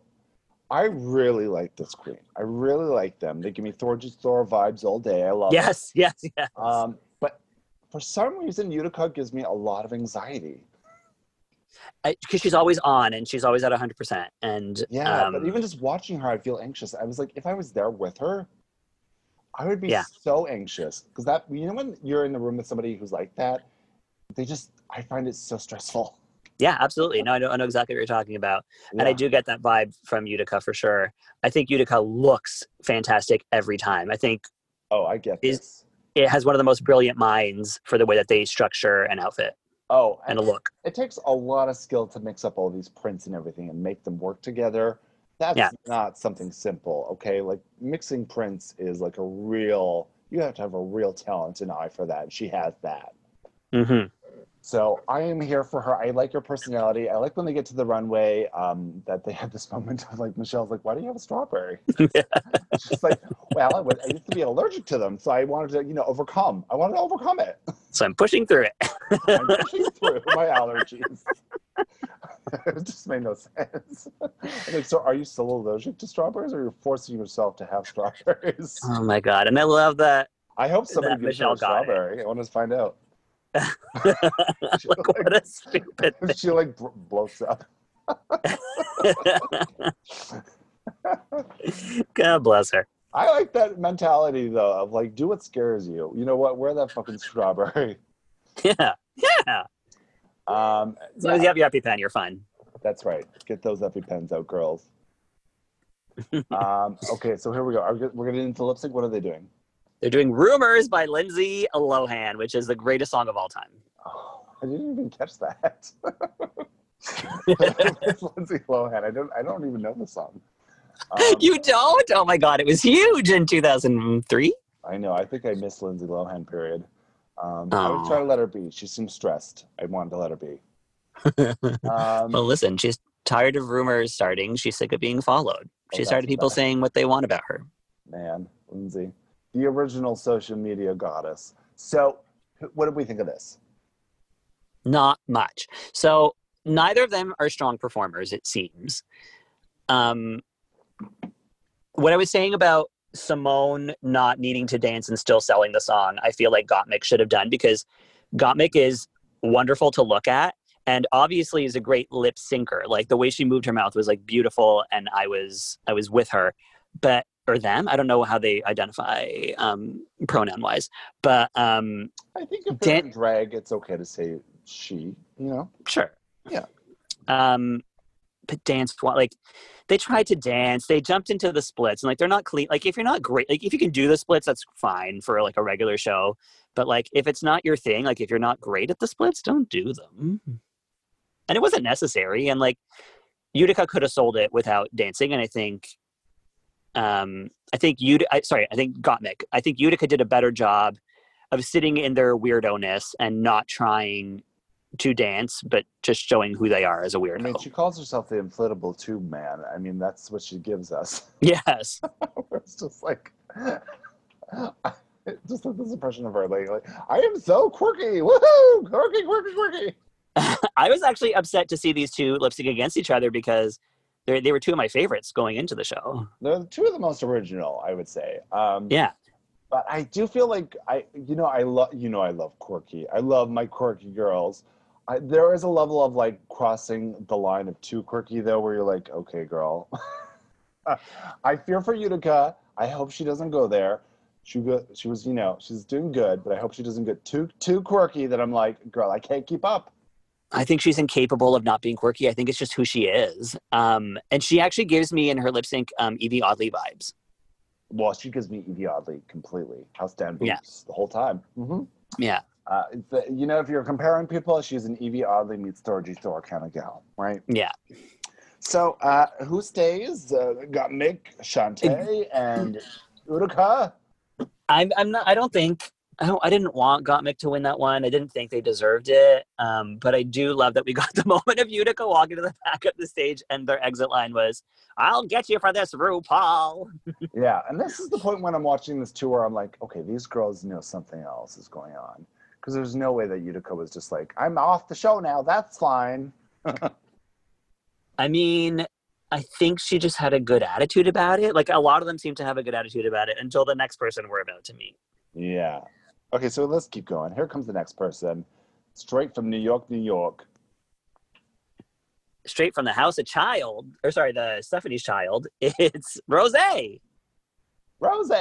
[SPEAKER 2] I really like this queen. I really like them. They give me Thor Thor vibes all day. I love it.
[SPEAKER 3] Yes, yes, yes.
[SPEAKER 2] Um, but for some reason, Utica gives me a lot of anxiety.
[SPEAKER 3] Because she's always on and she's always at 100%. And
[SPEAKER 2] Yeah,
[SPEAKER 3] um,
[SPEAKER 2] but even just watching her, I feel anxious. I was like, if I was there with her, I would be
[SPEAKER 3] Yeah.
[SPEAKER 2] so anxious because that you know when you're in the room with somebody who's like that, they just I find it so stressful.
[SPEAKER 3] yeah, absolutely. No, I know, I know exactly what you're talking about. And I
[SPEAKER 2] Yeah.
[SPEAKER 3] do get that vibe from Utica for sure. I think Utica looks fantastic every time. I think
[SPEAKER 2] Oh, I get
[SPEAKER 3] Is-
[SPEAKER 2] this.
[SPEAKER 3] it has one of the most brilliant minds for the way that they structure an outfit
[SPEAKER 2] Oh,
[SPEAKER 3] and a look.
[SPEAKER 2] it takes a lot of skill to mix up all these prints and everything and make them work together. That's
[SPEAKER 3] Yeah.
[SPEAKER 2] not something simple, okay? Like mixing prints is like a real you have to have a real talent and eye for that. and She has that.
[SPEAKER 3] hmm
[SPEAKER 2] So I am here for her. I like her personality. I like when they get to the runway um, that they have this moment of like Michelle's like, "Why do you have a strawberry?" She's like, "Well, I, was, I used to be allergic to them, so I wanted to, you know, overcome. I wanted to overcome it."
[SPEAKER 3] So I'm pushing through it.
[SPEAKER 2] I'm pushing through my allergies. it just made no sense. I'm like, so are you still allergic to strawberries, or you're forcing yourself to have strawberries?
[SPEAKER 3] Oh my God. And I love that
[SPEAKER 2] I hope somebody
[SPEAKER 3] That
[SPEAKER 2] gives her
[SPEAKER 3] Michelle
[SPEAKER 2] a
[SPEAKER 3] got it.
[SPEAKER 2] strawberry. I want to find out. she
[SPEAKER 3] Look
[SPEAKER 2] like,
[SPEAKER 3] what a stupid thing.
[SPEAKER 2] she like bl- blows up.
[SPEAKER 3] God bless her.
[SPEAKER 2] I like that mentality though of like, do what scares you. You know what? Wear that fucking strawberry.
[SPEAKER 3] Yeah. Yeah.
[SPEAKER 2] Um,
[SPEAKER 3] As long as you have your EpiPen, you're fine.
[SPEAKER 2] That's right. Get those EpiPens out, girls. um, okay, so here we go. Are we, we're getting into lip sync. What are they doing?
[SPEAKER 3] They're doing Rumors by Lindsay Lohan, which is the greatest song of all time.
[SPEAKER 2] Oh, I didn't even catch that. it's Lindsay Lohan. I don't. I don't even know the song. Um,
[SPEAKER 3] You don't? Oh my God. It was huge in 2003.
[SPEAKER 2] I know. I think I missed Lindsay Lohan. Period. Um, I was
[SPEAKER 3] Aw.
[SPEAKER 2] trying to let her be. She seemed stressed. I wanted to let her be. Um,
[SPEAKER 3] Well, listen, she's tired of rumors starting. She's sick of being followed.
[SPEAKER 2] Oh,
[SPEAKER 3] She's tired of
[SPEAKER 2] that's
[SPEAKER 3] people
[SPEAKER 2] better.
[SPEAKER 3] saying what they want about her.
[SPEAKER 2] man, Lindsay, the original social media goddess. So, wh- what did we think of this?
[SPEAKER 3] Not much. So neither of them are strong performers, it seems. Um, what I was saying about Simone not needing to dance and still selling the song, I feel like Gottmik should have done because Gottmik is wonderful to look at and obviously is a great lip syncer. Like the way she moved her mouth was like beautiful and I was I was with her. But or them, I don't know how they identify um, pronoun wise. But um
[SPEAKER 2] I think if they're
[SPEAKER 3] Dan-
[SPEAKER 2] in drag, it's okay to say she. You know,
[SPEAKER 3] Sure.
[SPEAKER 2] Yeah.
[SPEAKER 3] Um, but dance wa- like they tried to dance. They jumped into the splits and like they're not clean. Like if you're not great, like if you can do the splits, that's fine for like a regular show. But like if it's not your thing, like if you're not great at the splits, don't do them. and it wasn't necessary. And like Utica could have sold it without dancing, and I think, um, I think Utica. I, sorry, I think Gottmik. I think Utica did a better job of sitting in their weirdo ness and not trying to dance, but just showing who they are as a
[SPEAKER 2] I
[SPEAKER 3] weirdo.
[SPEAKER 2] mean, she calls herself the inflatable tube man. I mean, that's what she gives us.
[SPEAKER 3] yes,
[SPEAKER 2] it's just like, I just have this impression of her like, like, I am so quirky. Woohoo! Quirky, quirky, quirky.
[SPEAKER 3] I was actually upset to see these two lipsing against each other because they they were two of my favorites going into the show.
[SPEAKER 2] They're two of the most original, I would say. Um,
[SPEAKER 3] Yeah.
[SPEAKER 2] But I do feel like I, you know, I love, you know, I love quirky. I love my quirky girls. I, there is a level of like crossing the line of too quirky though, where you're like, okay, girl. I fear for Utica. I hope she doesn't go there. She go, she was, you know, she's doing good, but I hope she doesn't get too too quirky that I'm like, girl, I can't keep up.
[SPEAKER 3] I think she's incapable of not being quirky. I think it's just who she is. Um, and she actually gives me in her lip sync um, Evie Oddly vibes.
[SPEAKER 2] Well, she gives me Evie Oddly completely. House down boots
[SPEAKER 3] Yeah.
[SPEAKER 2] the whole time. hmm
[SPEAKER 3] Yeah.
[SPEAKER 2] Uh, the, you know, if you're comparing people, she's an Evie Oddly meets Georgie Thor kind of gal, right?
[SPEAKER 3] Yeah.
[SPEAKER 2] So, uh, who stays? Uh, got Mick, Shantae, and Utica.
[SPEAKER 3] I'm, I'm not, I don't think, I, don't, I didn't want Gottmik to win that one. I didn't think they deserved it. Um, but I do love that we got the moment of Utica walking to the back of the stage and their exit line was, I'll get you for this, RuPaul.
[SPEAKER 2] Yeah, and this is the point when I'm watching this too, where I'm like, okay, these girls know something else is going on, because there's no way that Utica was just like, I'm off the show now. That's fine.
[SPEAKER 3] I mean, I think she just had a good attitude about it. Like a lot of them seem to have a good attitude about it until the next person we're about to meet.
[SPEAKER 2] Yeah. Okay, so let's keep going. Here comes the next person, straight from New York, New York.
[SPEAKER 3] straight from the house of child or sorry the stephanie's child it's rose
[SPEAKER 2] Rose.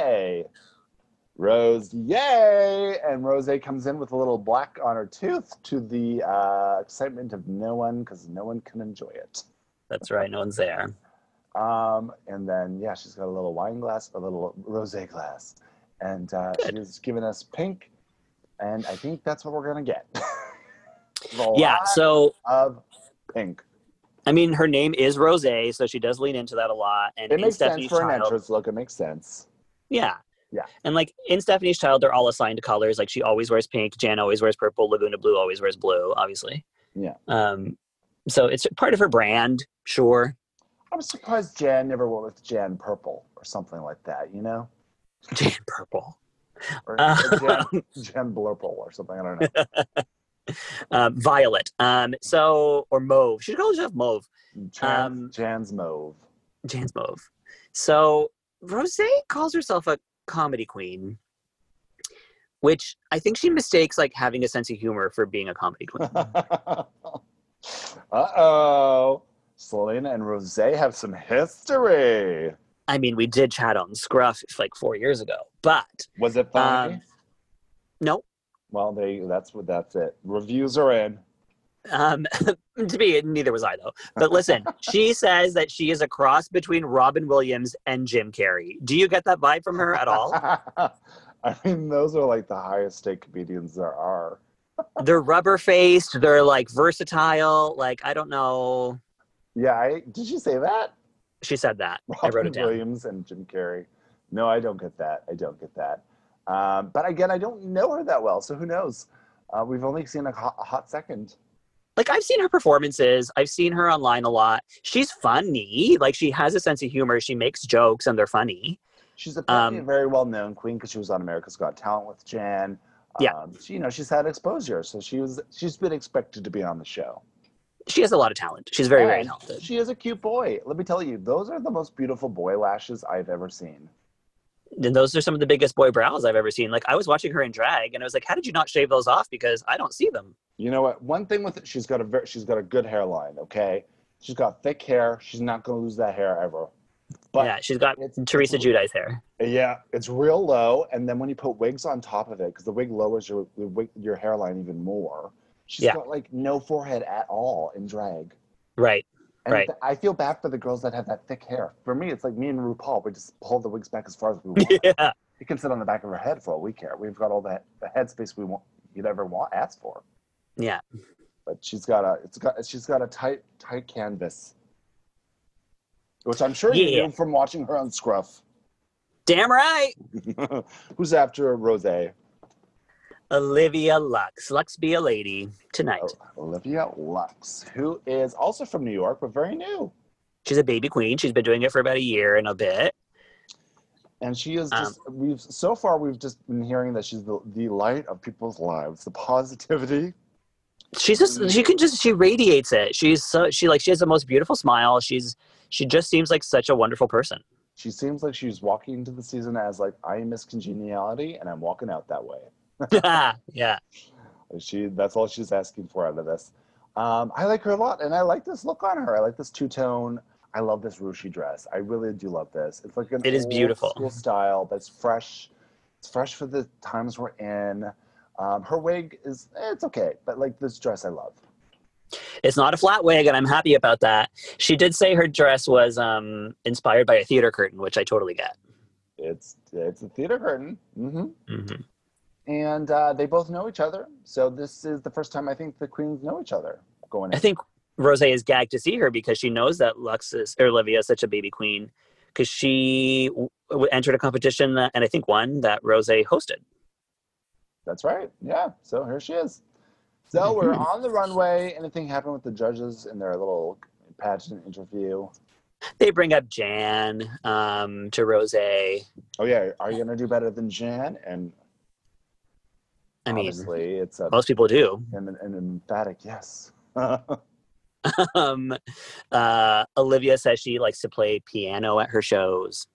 [SPEAKER 2] Rose, yay! And Rose comes in with a little black on her tooth to the uh, excitement of no one because no one can enjoy it.
[SPEAKER 3] that's right no one's there
[SPEAKER 2] Um, and then, yeah, she's got a little wine glass, a little rose glass. And uh, she's giving us pink. And I think that's what we're going to get. The
[SPEAKER 3] yeah
[SPEAKER 2] lot
[SPEAKER 3] so
[SPEAKER 2] of pink.
[SPEAKER 3] i mean her name is rose so she does lean into that a lot and
[SPEAKER 2] It
[SPEAKER 3] in
[SPEAKER 2] makes sense
[SPEAKER 3] stephanie's
[SPEAKER 2] for an
[SPEAKER 3] child
[SPEAKER 2] entrance look. It makes sense.
[SPEAKER 3] yeah
[SPEAKER 2] Yeah.
[SPEAKER 3] and like in stephanie's child they're all assigned colors like she always wears pink jan always wears purple laguna blue always wears blue obviously
[SPEAKER 2] Yeah.
[SPEAKER 3] um so it's part of her brand sure
[SPEAKER 2] I'm surprised Jan never went with Jan purple or something like that, you know?
[SPEAKER 3] jan purple
[SPEAKER 2] Or, or
[SPEAKER 3] Uh,
[SPEAKER 2] Jan, Jan blurple or something. I don't know.
[SPEAKER 3] um, violet um so or mauve she should always have mauve
[SPEAKER 2] Jan,
[SPEAKER 3] Um,
[SPEAKER 2] Jan's mauve.
[SPEAKER 3] Jan's Mauve. So Rose calls herself a comedy queen, which I think she mistakes like having a sense of humor for being a comedy queen.
[SPEAKER 2] uh oh. Selena and Rose have some history.
[SPEAKER 3] I mean, we did chat on Scruff like four years ago, but
[SPEAKER 2] Was it funny?
[SPEAKER 3] Um, no.
[SPEAKER 2] Well, they that's what that's it. Reviews are in.
[SPEAKER 3] um, to me, neither was I though. But listen, she says that she is a cross between Robin Williams and Jim Carrey. Do you get that vibe from her at all?
[SPEAKER 2] I mean, those are like the highest stake comedians there are.
[SPEAKER 3] they're rubber faced. They're like versatile. Like I don't know.
[SPEAKER 2] Yeah, I, did you say that?
[SPEAKER 3] She said that. I wrote
[SPEAKER 2] Robin
[SPEAKER 3] it down.
[SPEAKER 2] Williams and Jim Carrey. No, I don't get that. I don't get that. Um, but again, I don't know her that well, so who knows? Uh, we've only seen a hot, a hot second.
[SPEAKER 3] like I've seen her performances. I've seen her online a lot. She's funny. Like she has a sense of humor. She makes jokes and they're funny.
[SPEAKER 2] She's apparently
[SPEAKER 3] Um,
[SPEAKER 2] a very well-known queen because she was on America's Got Talent with Jan.
[SPEAKER 3] Yeah.
[SPEAKER 2] Um, she, you know, she's had exposure, so she was she's been expected to be on the show.
[SPEAKER 3] She has a lot of talent. She's very, very
[SPEAKER 2] And
[SPEAKER 3] talented.
[SPEAKER 2] She is a cute boy. Let me tell you, those are the most beautiful boy lashes I've ever seen.
[SPEAKER 3] And those are some of the biggest boy brows I've ever seen. Like I was watching her in drag and I was like, how did you not shave those off? Because I don't see them.
[SPEAKER 2] You know what? One thing with it, she's got a very, she's got a good hairline. Okay, she's got thick hair. She's not going to lose that hair ever. But
[SPEAKER 3] yeah, she's got
[SPEAKER 2] it's,
[SPEAKER 3] Teresa
[SPEAKER 2] it's,
[SPEAKER 3] Judi's hair.
[SPEAKER 2] Yeah, it's real low, and then when you put wigs on top of it, because the wig lowers your the wig, your hairline even more. She's
[SPEAKER 3] Yeah.
[SPEAKER 2] got like no forehead at all in drag.
[SPEAKER 3] Right.
[SPEAKER 2] And
[SPEAKER 3] Right.
[SPEAKER 2] th- I feel bad for the girls that have that thick hair. For me, it's like me and RuPaul. We just pull the wigs back as far as we want.
[SPEAKER 3] Yeah.
[SPEAKER 2] It can sit on the back of her head for all we care. We've got all that the headspace we want you'd ever want asked for.
[SPEAKER 3] Yeah.
[SPEAKER 2] but she's got a it's got she's got a tight tight canvas, which I'm sure you
[SPEAKER 3] Yeah.
[SPEAKER 2] knew from watching her on Scruff.
[SPEAKER 3] Damn right.
[SPEAKER 2] Who's after Rose?
[SPEAKER 3] Olivia Lux. Lux be a lady tonight.
[SPEAKER 2] Olivia Lux, who is also from New York but very new,
[SPEAKER 3] She's a baby queen. She's been doing it for about a year and a bit.
[SPEAKER 2] and she is just we've so far we've just been hearing that she's the, the light of people's lives, the positivity.
[SPEAKER 3] She's just she can just she radiates it. She's so she like she has the most beautiful smile. She's she just seems like such a wonderful person.
[SPEAKER 2] She seems like she's walking into the season as like I miss congeniality, and I'm walking out that way.
[SPEAKER 3] yeah.
[SPEAKER 2] She that's all she's asking for out of this. Um, I like her a lot, and I like this look on her. I like this two tone. I love this ruchy dress. I really do love this. It's like an
[SPEAKER 3] It is
[SPEAKER 2] old
[SPEAKER 3] beautiful.
[SPEAKER 2] school style, but it's fresh. It's fresh for the times we're in. Um, her wig is eh, it's okay, but like this dress, I love.
[SPEAKER 3] It's not a flat wig and I'm happy about that. She did say her dress was um inspired by a theater curtain, which I totally get.
[SPEAKER 2] It's it's a theater curtain, hmm
[SPEAKER 3] Mhm.
[SPEAKER 2] and uh, they both know each other. So this is the first time I think the queens know each other going.
[SPEAKER 3] I
[SPEAKER 2] in.
[SPEAKER 3] think Rose is gagged to see her because she knows that Lux is or Olivia is such a baby queen because she w- w- entered a competition that, and I think won that Rose hosted.
[SPEAKER 2] That's right. Yeah. So here she is. So we're on the runway. Anything happened with the judges in their little pageant interview?
[SPEAKER 3] They bring up Jan um, to Rose. I
[SPEAKER 2] Oh yeah, are you gonna do better than Jan? And
[SPEAKER 3] mean,
[SPEAKER 2] obviously, it's a,
[SPEAKER 3] most people do.
[SPEAKER 2] an, an emphatic yes. oh
[SPEAKER 3] Um, uh, Olivia says she likes to play piano at her shows.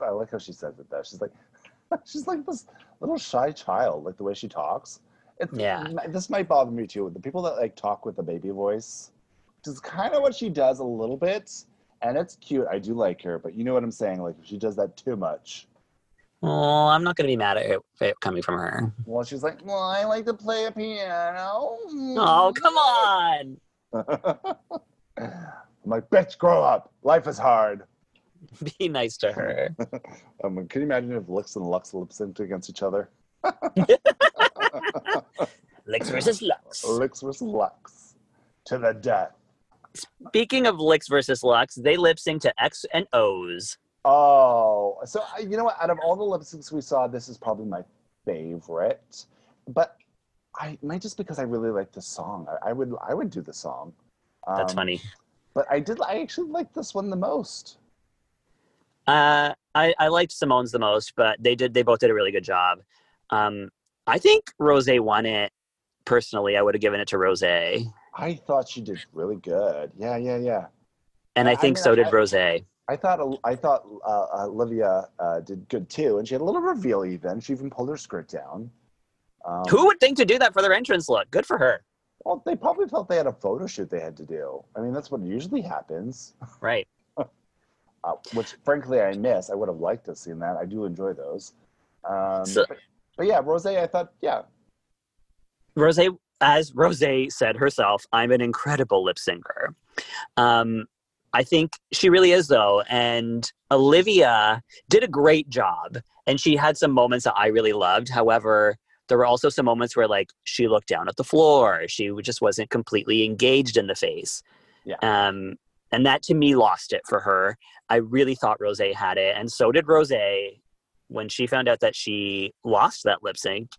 [SPEAKER 2] I like how she says it though. She's like, she's like this little shy child. Like the way she talks. It's,
[SPEAKER 3] Yeah.
[SPEAKER 2] This might bother me too. The people that like talk with a baby voice, which is kind of what she does a little bit, and it's cute. I do like her, but you know what I'm saying. Like if she does that too much.
[SPEAKER 3] Oh, I'm not going to be mad at it, it coming from her.
[SPEAKER 2] Well, she's like, well, I like to play a piano.
[SPEAKER 3] Oh, come on.
[SPEAKER 2] I'm like, bitch, grow up. Life is hard.
[SPEAKER 3] Be nice to her.
[SPEAKER 2] Um, can you imagine if Lux and Lux lip synced against each other?
[SPEAKER 3] Lix versus Lux.
[SPEAKER 2] Lux versus Lux to the death.
[SPEAKER 3] Speaking of Lix versus Lux, they lip sync to X and O's.
[SPEAKER 2] Oh, so I- you know what? Out of all the lip syncs we saw, this is probably my favorite. But I might just because I really like the song. I, I would I would do the song.
[SPEAKER 3] That's
[SPEAKER 2] Um,
[SPEAKER 3] funny.
[SPEAKER 2] But I did. I actually like this one the most.
[SPEAKER 3] Uh, I, I liked Simone's the most, but they did they both did a really good job. Um, I think Rose won it. Personally, I would have given it to Rose, and
[SPEAKER 2] I thought she did really good. Yeah, yeah, yeah. I
[SPEAKER 3] I think
[SPEAKER 2] mean,
[SPEAKER 3] so did
[SPEAKER 2] I-
[SPEAKER 3] Rose.
[SPEAKER 2] I thought I thought uh, Olivia uh, did good too, and she had a little reveal. Even she even pulled her skirt down. Um,
[SPEAKER 3] Who would think to do that for their entrance look? Good for her,
[SPEAKER 2] Well, they probably felt they had a photo shoot they had to do. I mean, that's what usually happens.
[SPEAKER 3] right?
[SPEAKER 2] Uh, which, frankly, I miss. I would have liked to have seen that. I do enjoy those. Um,
[SPEAKER 3] So-
[SPEAKER 2] but, but yeah, Rose. I thought, yeah,
[SPEAKER 3] Rose, as Rose said herself, I'm an incredible lip syncer. Um, I think she really is, though. And Olivia did a great job. And she had some moments that I really loved. However, there were also some moments where, like, she looked down at the floor. She w- just wasn't completely engaged in the face.
[SPEAKER 2] Yeah.
[SPEAKER 3] Um, and that to me lost it for her. I really thought Rose had it. And so did Rose when she found out that she lost that lip sync.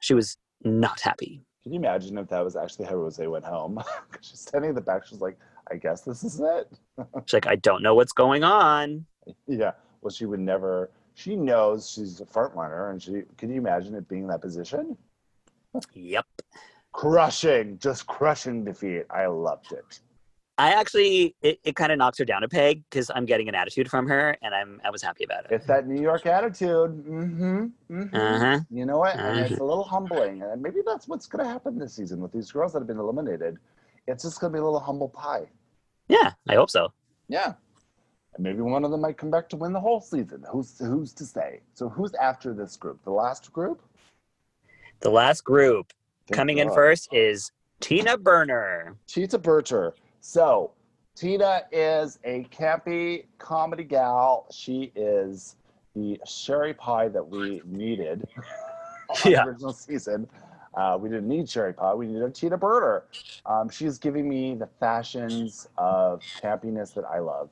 [SPEAKER 3] She was not happy.
[SPEAKER 2] Can you imagine if that was actually how Rose went home? 'Cause she's standing in the back. She's like, I guess this is it.
[SPEAKER 3] She's like, I don't know what's going on.
[SPEAKER 2] Yeah. Well, she would never. She knows she's a front runner, and she. Can you imagine it being that position?
[SPEAKER 3] Yep.
[SPEAKER 2] Crushing, just crushing defeat. I loved it.
[SPEAKER 3] I actually, it, it kind of knocks her down a peg because I'm getting an attitude from her, and I'm I was happy about it.
[SPEAKER 2] It's that New York attitude. Mm-hmm. hmm
[SPEAKER 3] Uh huh.
[SPEAKER 2] You know what? And
[SPEAKER 3] Uh-huh.
[SPEAKER 2] it's a little humbling, and maybe that's what's going to happen this season with these girls that have been eliminated. It's just going to be a little humble pie.
[SPEAKER 3] Yeah, I hope so.
[SPEAKER 2] Yeah. And maybe one of them might come back to win the whole season. Who's who's to say? So who's after this group? The last group
[SPEAKER 3] The last group
[SPEAKER 2] Thank
[SPEAKER 3] coming in
[SPEAKER 2] God.
[SPEAKER 3] first is Tina Burner.
[SPEAKER 2] Tita Berter. So Tina is a campy comedy gal. She is the sherry pie that we needed on
[SPEAKER 3] Yeah.
[SPEAKER 2] the original season. Uh, we didn't need Sherry Pie. We needed Tina Burner. Um, she's giving me the fashions of campiness that I love.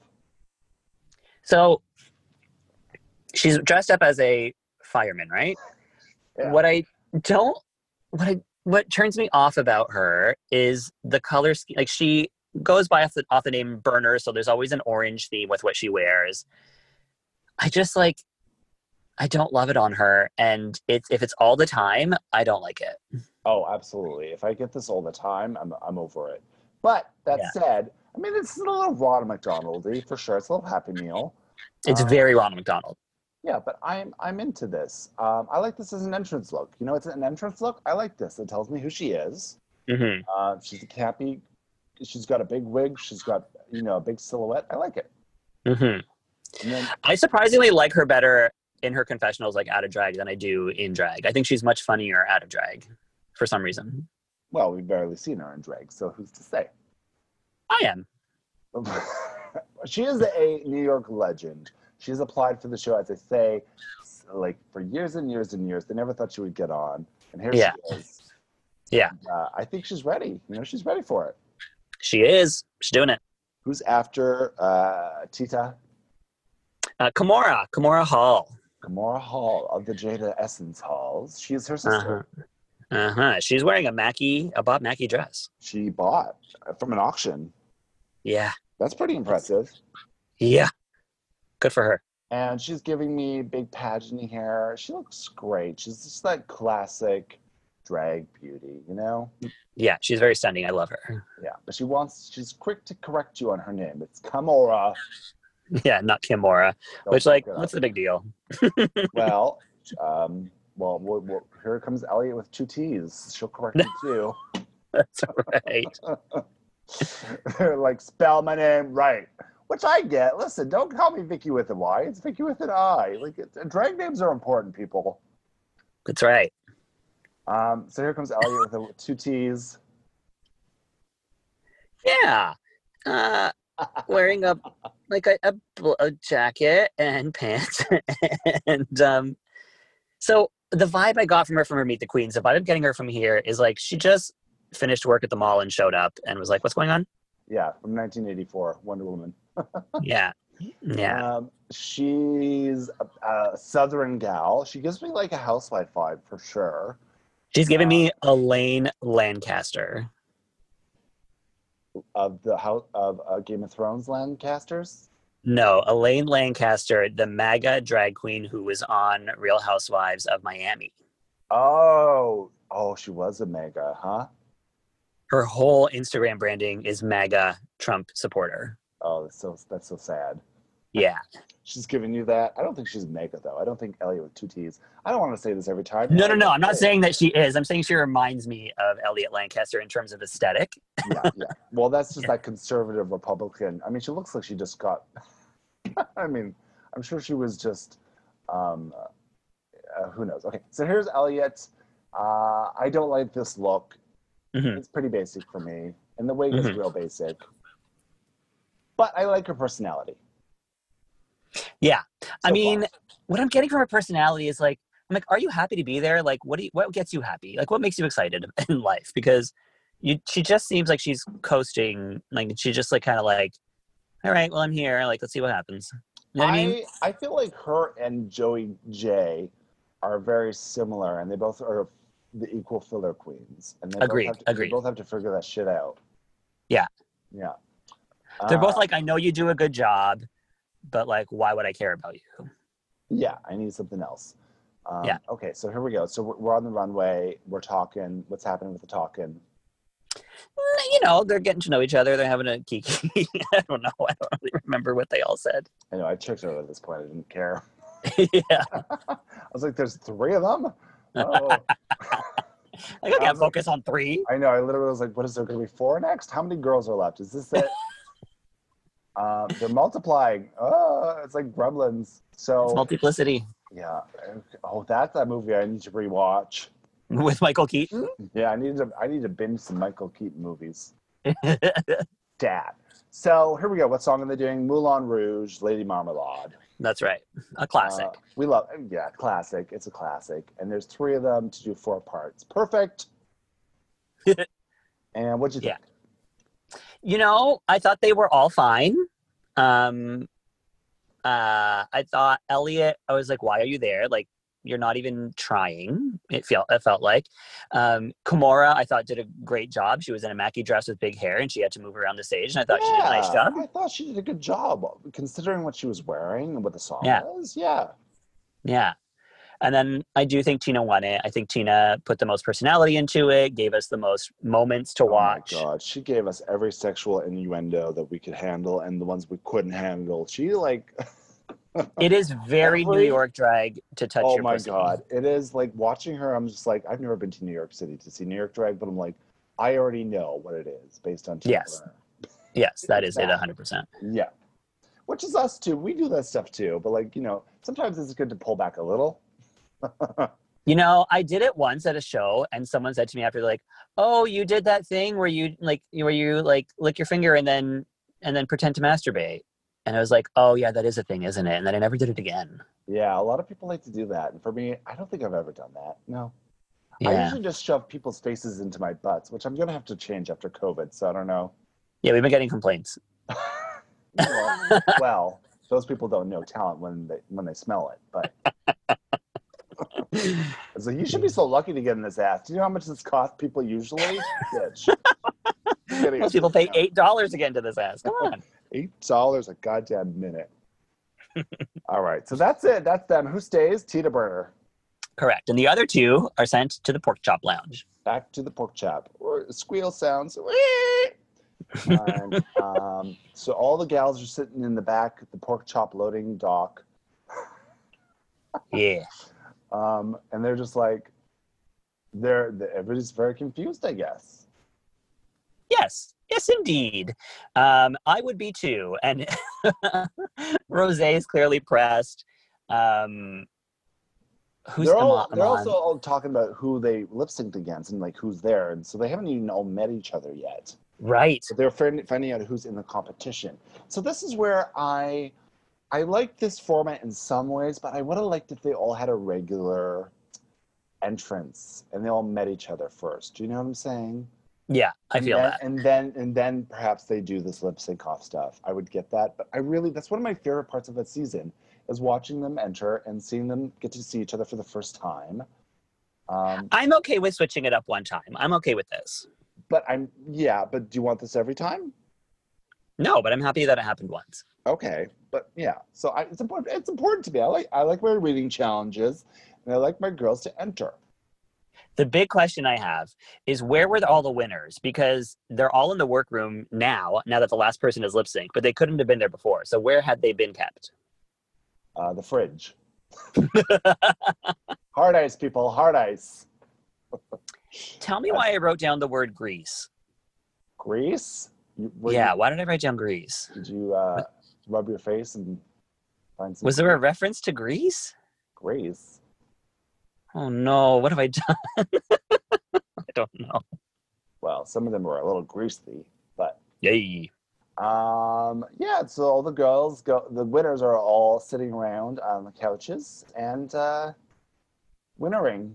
[SPEAKER 3] So she's dressed up as a fireman, right?
[SPEAKER 2] Yeah.
[SPEAKER 3] What I don't what I what turns me off about her is the color scheme. Like she goes by off the off the name Burner, so there's always an orange theme with what she wears. I just like I don't love it on her, and it's if it's all the time, I don't like it.
[SPEAKER 2] Oh, absolutely. If I get this all the time, I'm I'm over it. But that
[SPEAKER 3] Yeah.
[SPEAKER 2] said, I mean, it's a little Ronald McDonaldy for sure. It's a little Happy Meal.
[SPEAKER 3] It's
[SPEAKER 2] Um,
[SPEAKER 3] very Ronald McDonald.
[SPEAKER 2] Yeah, but I'm I'm into this. Um, I like this as an entrance look. You know, it's an entrance look. I like this. It tells me who she is.
[SPEAKER 3] hmm
[SPEAKER 2] Uh, she's a campy. She's got a big wig. She's got you know a big silhouette. I like it.
[SPEAKER 3] hmm
[SPEAKER 2] And then
[SPEAKER 3] I surprisingly like her better in her confessionals, like out of drag, than I do in drag. I think she's much funnier out of drag, for some reason.
[SPEAKER 2] well, we've barely seen her in drag, so who's to say?
[SPEAKER 3] I am.
[SPEAKER 2] she is a New York legend. She's applied for the show, as I say, s- like for years and years and years. They never thought she would get on, and here
[SPEAKER 3] Yeah.
[SPEAKER 2] she is.
[SPEAKER 3] Yeah.
[SPEAKER 2] And, uh, I think she's ready. You know, she's ready for it.
[SPEAKER 3] She is. She's doing it.
[SPEAKER 2] Who's after uh, Tita
[SPEAKER 3] Uh, Kimora, Kimora Hall.
[SPEAKER 2] Gamora Hall of the Jada Essence Halls? She's her
[SPEAKER 3] Uh
[SPEAKER 2] sister.
[SPEAKER 3] huh. Uh huh. She's wearing a Mackie, a Bob Mackie dress.
[SPEAKER 2] She bought from an auction.
[SPEAKER 3] Yeah.
[SPEAKER 2] That's pretty impressive.
[SPEAKER 3] Yeah. Good for her.
[SPEAKER 2] and she's giving me big pageanty hair. She looks great. She's just that classic drag beauty, you know?
[SPEAKER 3] Yeah. She's very stunning. I love her.
[SPEAKER 2] Yeah. But she wants she's quick to correct you on her name. It's Kamora.
[SPEAKER 3] Yeah. Not Kimora,
[SPEAKER 2] Don't
[SPEAKER 3] which, like,
[SPEAKER 2] fuck it
[SPEAKER 3] what's the big deal?
[SPEAKER 2] up. well, um, well, well, well, here comes Elliot with two T's. She'll correct you
[SPEAKER 3] That's all right.
[SPEAKER 2] too. They're like, spell my name right. Which I get. Listen, don't call me Vicky with a Y. It's Vicky with an I. Like, it's, drag names are important, people.
[SPEAKER 3] That's right.
[SPEAKER 2] Um, so here comes Elliot with the two T's.
[SPEAKER 3] Yeah. Uh, wearing a like a, a, bl- a jacket and pants and um so the vibe i got from her from her meet the queens the vibe i'm getting her from here is like she just finished work at the mall and showed up and was like what's going on
[SPEAKER 2] Yeah, from 1984, Wonder Woman.
[SPEAKER 3] yeah yeah
[SPEAKER 2] Um, she's a, a Southern gal. She gives me like a housewife vibe for sure.
[SPEAKER 3] she's giving me elaine lancaster
[SPEAKER 2] Of the house of uh, Game of Thrones Lancasters.
[SPEAKER 3] no elaine lancaster the maga drag queen who was on real housewives of miami
[SPEAKER 2] Oh, oh, she was a mega, huh?
[SPEAKER 3] her whole instagram branding is maga trump supporter
[SPEAKER 2] Oh, that's so that's so sad.
[SPEAKER 3] yeah
[SPEAKER 2] She's giving you that. I don't think she's mega though. I don't think Elliot with two T's. I don't want to say this every time.
[SPEAKER 3] No, no, no. I'm not saying that she is. I'm saying she reminds me of Elliot Lancaster in terms of aesthetic.
[SPEAKER 2] yeah, yeah. Well, that's just that conservative Republican. I mean, she looks like she just got. I mean, I'm sure she was just. Um, uh, who knows? Okay, so here's Elliot. Uh, I don't like this look.
[SPEAKER 3] Mhm.
[SPEAKER 2] It's pretty basic for me, and the wig is
[SPEAKER 3] Mhm.
[SPEAKER 2] real basic. But I like her personality.
[SPEAKER 3] Yeah. I
[SPEAKER 2] So
[SPEAKER 3] mean,
[SPEAKER 2] far.
[SPEAKER 3] what I'm getting from her personality is like, I'm like, are you happy to be there? Like, what do you, what gets you happy? Like, what makes you excited in life? Because you, she just seems like she's coasting. Like, she just like kind of like, all right, well, I'm here. Like, let's see what happens. You know what I mean,
[SPEAKER 2] I, I feel like her and Joey J are very similar, and they both are the equal filler queens. And they
[SPEAKER 3] Agreed,
[SPEAKER 2] Both have to,
[SPEAKER 3] agreed.
[SPEAKER 2] They both have to figure that shit out.
[SPEAKER 3] Yeah.
[SPEAKER 2] Yeah.
[SPEAKER 3] they're
[SPEAKER 2] Uh,
[SPEAKER 3] both like, I know you do a good job, but like, why would I care about you?
[SPEAKER 2] yeah. I need something else. Um,
[SPEAKER 3] Yeah.
[SPEAKER 2] Okay, so here we go. So we're, we're on the runway. We're talking. What's happening with the talking?
[SPEAKER 3] Mm, You know, they're getting to know each other. They're having a kiki. I don't know. I don't really remember what they all said.
[SPEAKER 2] I know I checked out at this point. I didn't care.
[SPEAKER 3] yeah.
[SPEAKER 2] I was like, "There's three of them." Oh,
[SPEAKER 3] Like, I can't
[SPEAKER 2] Um,
[SPEAKER 3] focus on three.
[SPEAKER 2] I know. I literally was like, "What is there going to be four next? How many girls are left? Is this it?" um, they're multiplying. Oh, it's like Gremlins.
[SPEAKER 3] It's
[SPEAKER 2] So
[SPEAKER 3] multiplicity
[SPEAKER 2] yeah. Oh, that's that movie I need to rewatch.
[SPEAKER 3] with Michael Keaton.
[SPEAKER 2] Yeah, I need to. I need to binge some Michael Keaton movies. Dad. So here we go. What song are they doing? Moulin Rouge, Lady Marmalade.
[SPEAKER 3] That's right. A classic.
[SPEAKER 2] Uh, we love. Yeah, classic. It's a classic. And there's three of them to do four parts. Perfect. And what'd you
[SPEAKER 3] Yeah.
[SPEAKER 2] think?
[SPEAKER 3] You know, I thought they were all fine. Um, uh, I thought Elliot. I was like, "Why are you there? Like, you're not even trying." It felt. It felt like um, Kimora. I thought did a great job. She was in a Mackie dress with big hair, and she had to move around the stage. And I thought she did a nice job.
[SPEAKER 2] I thought she did a good job considering what she was wearing and what the song
[SPEAKER 3] Yeah.
[SPEAKER 2] was. Yeah.
[SPEAKER 3] Yeah. And then I do think Tina won it. I think Tina put the most personality into it, gave us the most moments to watch.
[SPEAKER 2] Oh my god, she gave us every sexual innuendo that we could handle and the ones we couldn't handle. She like
[SPEAKER 3] It is very New
[SPEAKER 2] Every-
[SPEAKER 3] York drag to touch
[SPEAKER 2] Oh
[SPEAKER 3] your
[SPEAKER 2] my
[SPEAKER 3] pussy.
[SPEAKER 2] god. It is like watching her, I'm just like, I've never been to New York City to see New York drag, but I'm like, I already know what it is based on Tina
[SPEAKER 3] Yes.
[SPEAKER 2] Turner.
[SPEAKER 3] Yes, that is it
[SPEAKER 2] Yeah.
[SPEAKER 3] 100%.
[SPEAKER 2] Yeah. Which is us too. We do that stuff too, but like, you know, sometimes it's good to pull back a little.
[SPEAKER 3] You know, I did it once at a show, and someone said to me after, like, "Oh, you did that thing where you like, where you like lick your finger and then and then pretend to masturbate." And I was like, "Oh yeah, that is a thing, isn't it?" And then I never did it again.
[SPEAKER 2] Yeah, a lot of people like to do that. And for me, I don't think I've ever done that. No. I
[SPEAKER 3] Yeah,
[SPEAKER 2] usually just shove people's faces into my butts, which I'm gonna have to change after COVID, so I don't know.
[SPEAKER 3] yeah, we've been getting complaints.
[SPEAKER 2] well, well, those people don't know talent when they when they smell it. But it's like you should be so lucky to get in this ass. Do you know how much this costs people usually? Bitch. Kidding.
[SPEAKER 3] Most people pay eight dollars to get into this ass. Come on.
[SPEAKER 2] eight dollars a goddamn minute. All right, so that's it. That's them. Who stays? Tita Burner.
[SPEAKER 3] Correct. And the other two are sent to the pork chop lounge.
[SPEAKER 2] Back to the pork chop. Or squeal sounds. And, um, so all the gals are sitting in the back at the pork chop loading dock.
[SPEAKER 3] Yeah.
[SPEAKER 2] um, and they're just like they're, they everybody's very confused i guess
[SPEAKER 3] Yes. Yes, indeed. Um, I would be too. And Rose is clearly pressed. Um, who's
[SPEAKER 2] they're,
[SPEAKER 3] Ama-
[SPEAKER 2] all, they're
[SPEAKER 3] Amon?
[SPEAKER 2] also all talking about who they lip synced against and like who's there and so they haven't even all met each other yet
[SPEAKER 3] right.
[SPEAKER 2] so they're fin- finding out who's in the competition so this is where i i like this format in some ways but i would have liked if they all had a regular entrance and they all met each other first do you know what i'm saying
[SPEAKER 3] Yeah, I
[SPEAKER 2] and
[SPEAKER 3] feel
[SPEAKER 2] then,
[SPEAKER 3] that.
[SPEAKER 2] And then and then perhaps they do this lip sync off stuff. I would get that, but I really that's one of my favorite parts of that season is watching them enter and seeing them get to see each other for the first time. Um,
[SPEAKER 3] I'm okay with switching it up one time. I'm okay with this.
[SPEAKER 2] but I'm yeah, but do you want this every time?
[SPEAKER 3] No, but I'm happy that it happened once.
[SPEAKER 2] Okay, but yeah, so I, it's important. It's important to me. I like I like my reading challenges, and I like my girls to enter.
[SPEAKER 3] The big question I have is where were all the winners? Because they're all in the workroom now, now that the last person is lip sync, but they couldn't have been there before. So where had they been kept?
[SPEAKER 2] Uh, the fridge, hard ice, people, hard ice.
[SPEAKER 3] Tell
[SPEAKER 2] Uh,
[SPEAKER 3] me why I wrote down the word grease.
[SPEAKER 2] Grease. You- were you-
[SPEAKER 3] yeah, why did I write down grease?
[SPEAKER 2] Did you uh, rub your face and find some
[SPEAKER 3] Was there a reference to grease?
[SPEAKER 2] grace?
[SPEAKER 3] Oh no, what have I done? I don't know.
[SPEAKER 2] Well, some of them were a little greasy, but
[SPEAKER 3] Yay.
[SPEAKER 2] um, yeah. So all the girls go. The winners are all sitting around on the couches and uh, winnering.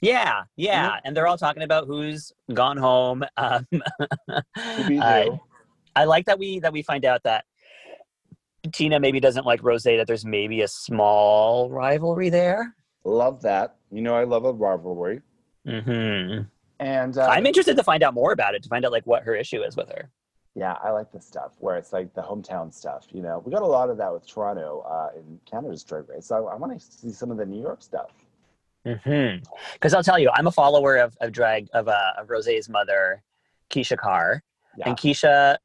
[SPEAKER 3] Yeah, yeah.
[SPEAKER 2] Mm-hmm.
[SPEAKER 3] And they're all talking about who's gone home. Um,
[SPEAKER 2] Who beat
[SPEAKER 3] I,
[SPEAKER 2] who?
[SPEAKER 3] I like that we that we find out that Tina maybe doesn't like Rose, that there's maybe a small rivalry there.
[SPEAKER 2] Love that. You know, I love a rivalry.
[SPEAKER 3] hmm
[SPEAKER 2] And uh,
[SPEAKER 3] I'm interested to find out more about it, to find out like what her issue is with her.
[SPEAKER 2] yeah, I like this stuff where it's like the hometown stuff. You know, we got a lot of that with Toronto uh, in Canada's Drag Race. So I, I want to see some of the New York stuff.
[SPEAKER 3] Because
[SPEAKER 2] Mm-hmm.
[SPEAKER 3] I'll tell you, I'm a follower of, of drag of, uh, of Rose's mother, Keisha Carr,
[SPEAKER 2] Yeah.
[SPEAKER 3] and Keisha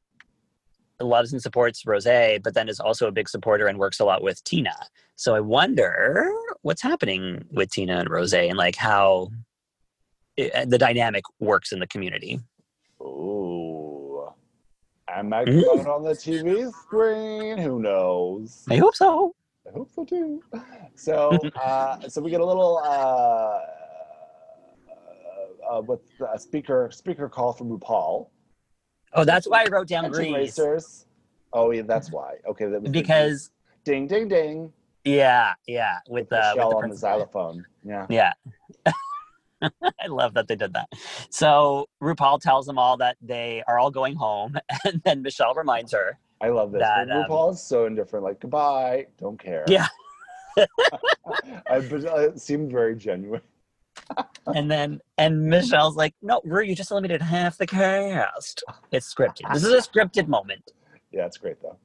[SPEAKER 3] loves and supports Rose, but then is also a big supporter and works a lot with Tina. So I wonder what's happening with Tina and Rose, and like how it, the dynamic works in the community.
[SPEAKER 2] Ooh. Am I
[SPEAKER 3] Mm.
[SPEAKER 2] going on the TV screen? Who knows?
[SPEAKER 3] I hope so.
[SPEAKER 2] I hope so too. So,
[SPEAKER 3] Mm-hmm.
[SPEAKER 2] uh, so we get a little uh, uh, with a speaker speaker call from RuPaul.
[SPEAKER 3] Oh, that's why I wrote down
[SPEAKER 2] Attention,
[SPEAKER 3] Grease
[SPEAKER 2] racers. Oh yeah, that's why. Okay, that was the-
[SPEAKER 3] because
[SPEAKER 2] ding ding ding
[SPEAKER 3] yeah, yeah, with,
[SPEAKER 2] the
[SPEAKER 3] uh, with
[SPEAKER 2] shell
[SPEAKER 3] the
[SPEAKER 2] on the
[SPEAKER 3] principal.
[SPEAKER 2] xylophone. Yeah,
[SPEAKER 3] Yeah. I love that they did that. So RuPaul tells them all that they are all going home, and then Michelle reminds her.
[SPEAKER 2] I love this.
[SPEAKER 3] That, um,
[SPEAKER 2] RuPaul is so indifferent. Like goodbye, don't care.
[SPEAKER 3] Yeah.
[SPEAKER 2] I, but uh, it seemed very genuine.
[SPEAKER 3] And then and Michelle's like, "No, Ru, you just eliminated half the cast. It's scripted. This is a scripted moment."
[SPEAKER 2] Yeah, it's great though.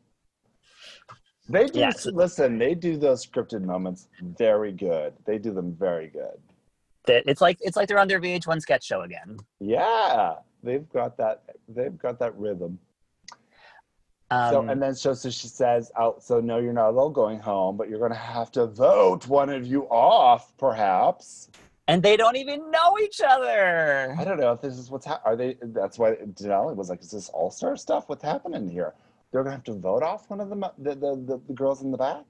[SPEAKER 2] They do
[SPEAKER 3] Yes.
[SPEAKER 2] listen. They do those scripted moments very good. They do them very good.
[SPEAKER 3] That it's like it's like they're on their VH1 sketch show again.
[SPEAKER 2] Yeah, they've got that. They've got that rhythm.
[SPEAKER 3] Um,
[SPEAKER 2] so and then so, so she says, "Oh, so no, you're not all going home, but you're gonna have to vote one of you off, perhaps."
[SPEAKER 3] and they don't even know each other.
[SPEAKER 2] I don't know if this is what's hap Are they? That's why Denali was like, "Is this all star stuff? What's happening here? They're gonna have to vote off one of them, the the, the, the girls in the back."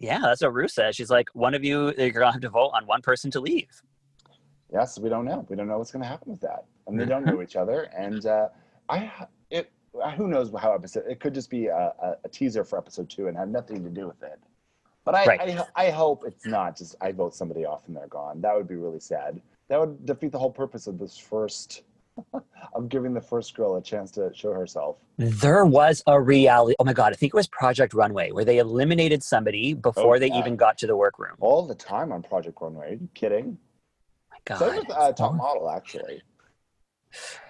[SPEAKER 3] Yeah, that's what Ru says. She's like, one of you, you're gonna have to vote on one person to leave.
[SPEAKER 2] yes, we don't know. We don't know what's going to happen with that, and they don't know each other. And uh, I, it, uh, who knows how episode? It could just be a, a, a teaser for episode two and have nothing to do with it. But I,
[SPEAKER 3] Right.
[SPEAKER 2] I, I hope it's not just I vote somebody off and they're gone. That would be really sad. That would defeat the whole purpose of this first, of giving the first girl a chance to show herself.
[SPEAKER 3] There was a reality. Oh my god, I think it was Project Runway where they eliminated somebody before they
[SPEAKER 2] yeah.
[SPEAKER 3] even got to the workroom. Oh
[SPEAKER 2] All the time on Project Runway. Are you kidding?
[SPEAKER 3] my god.
[SPEAKER 2] Same with uh, Top Model, actually.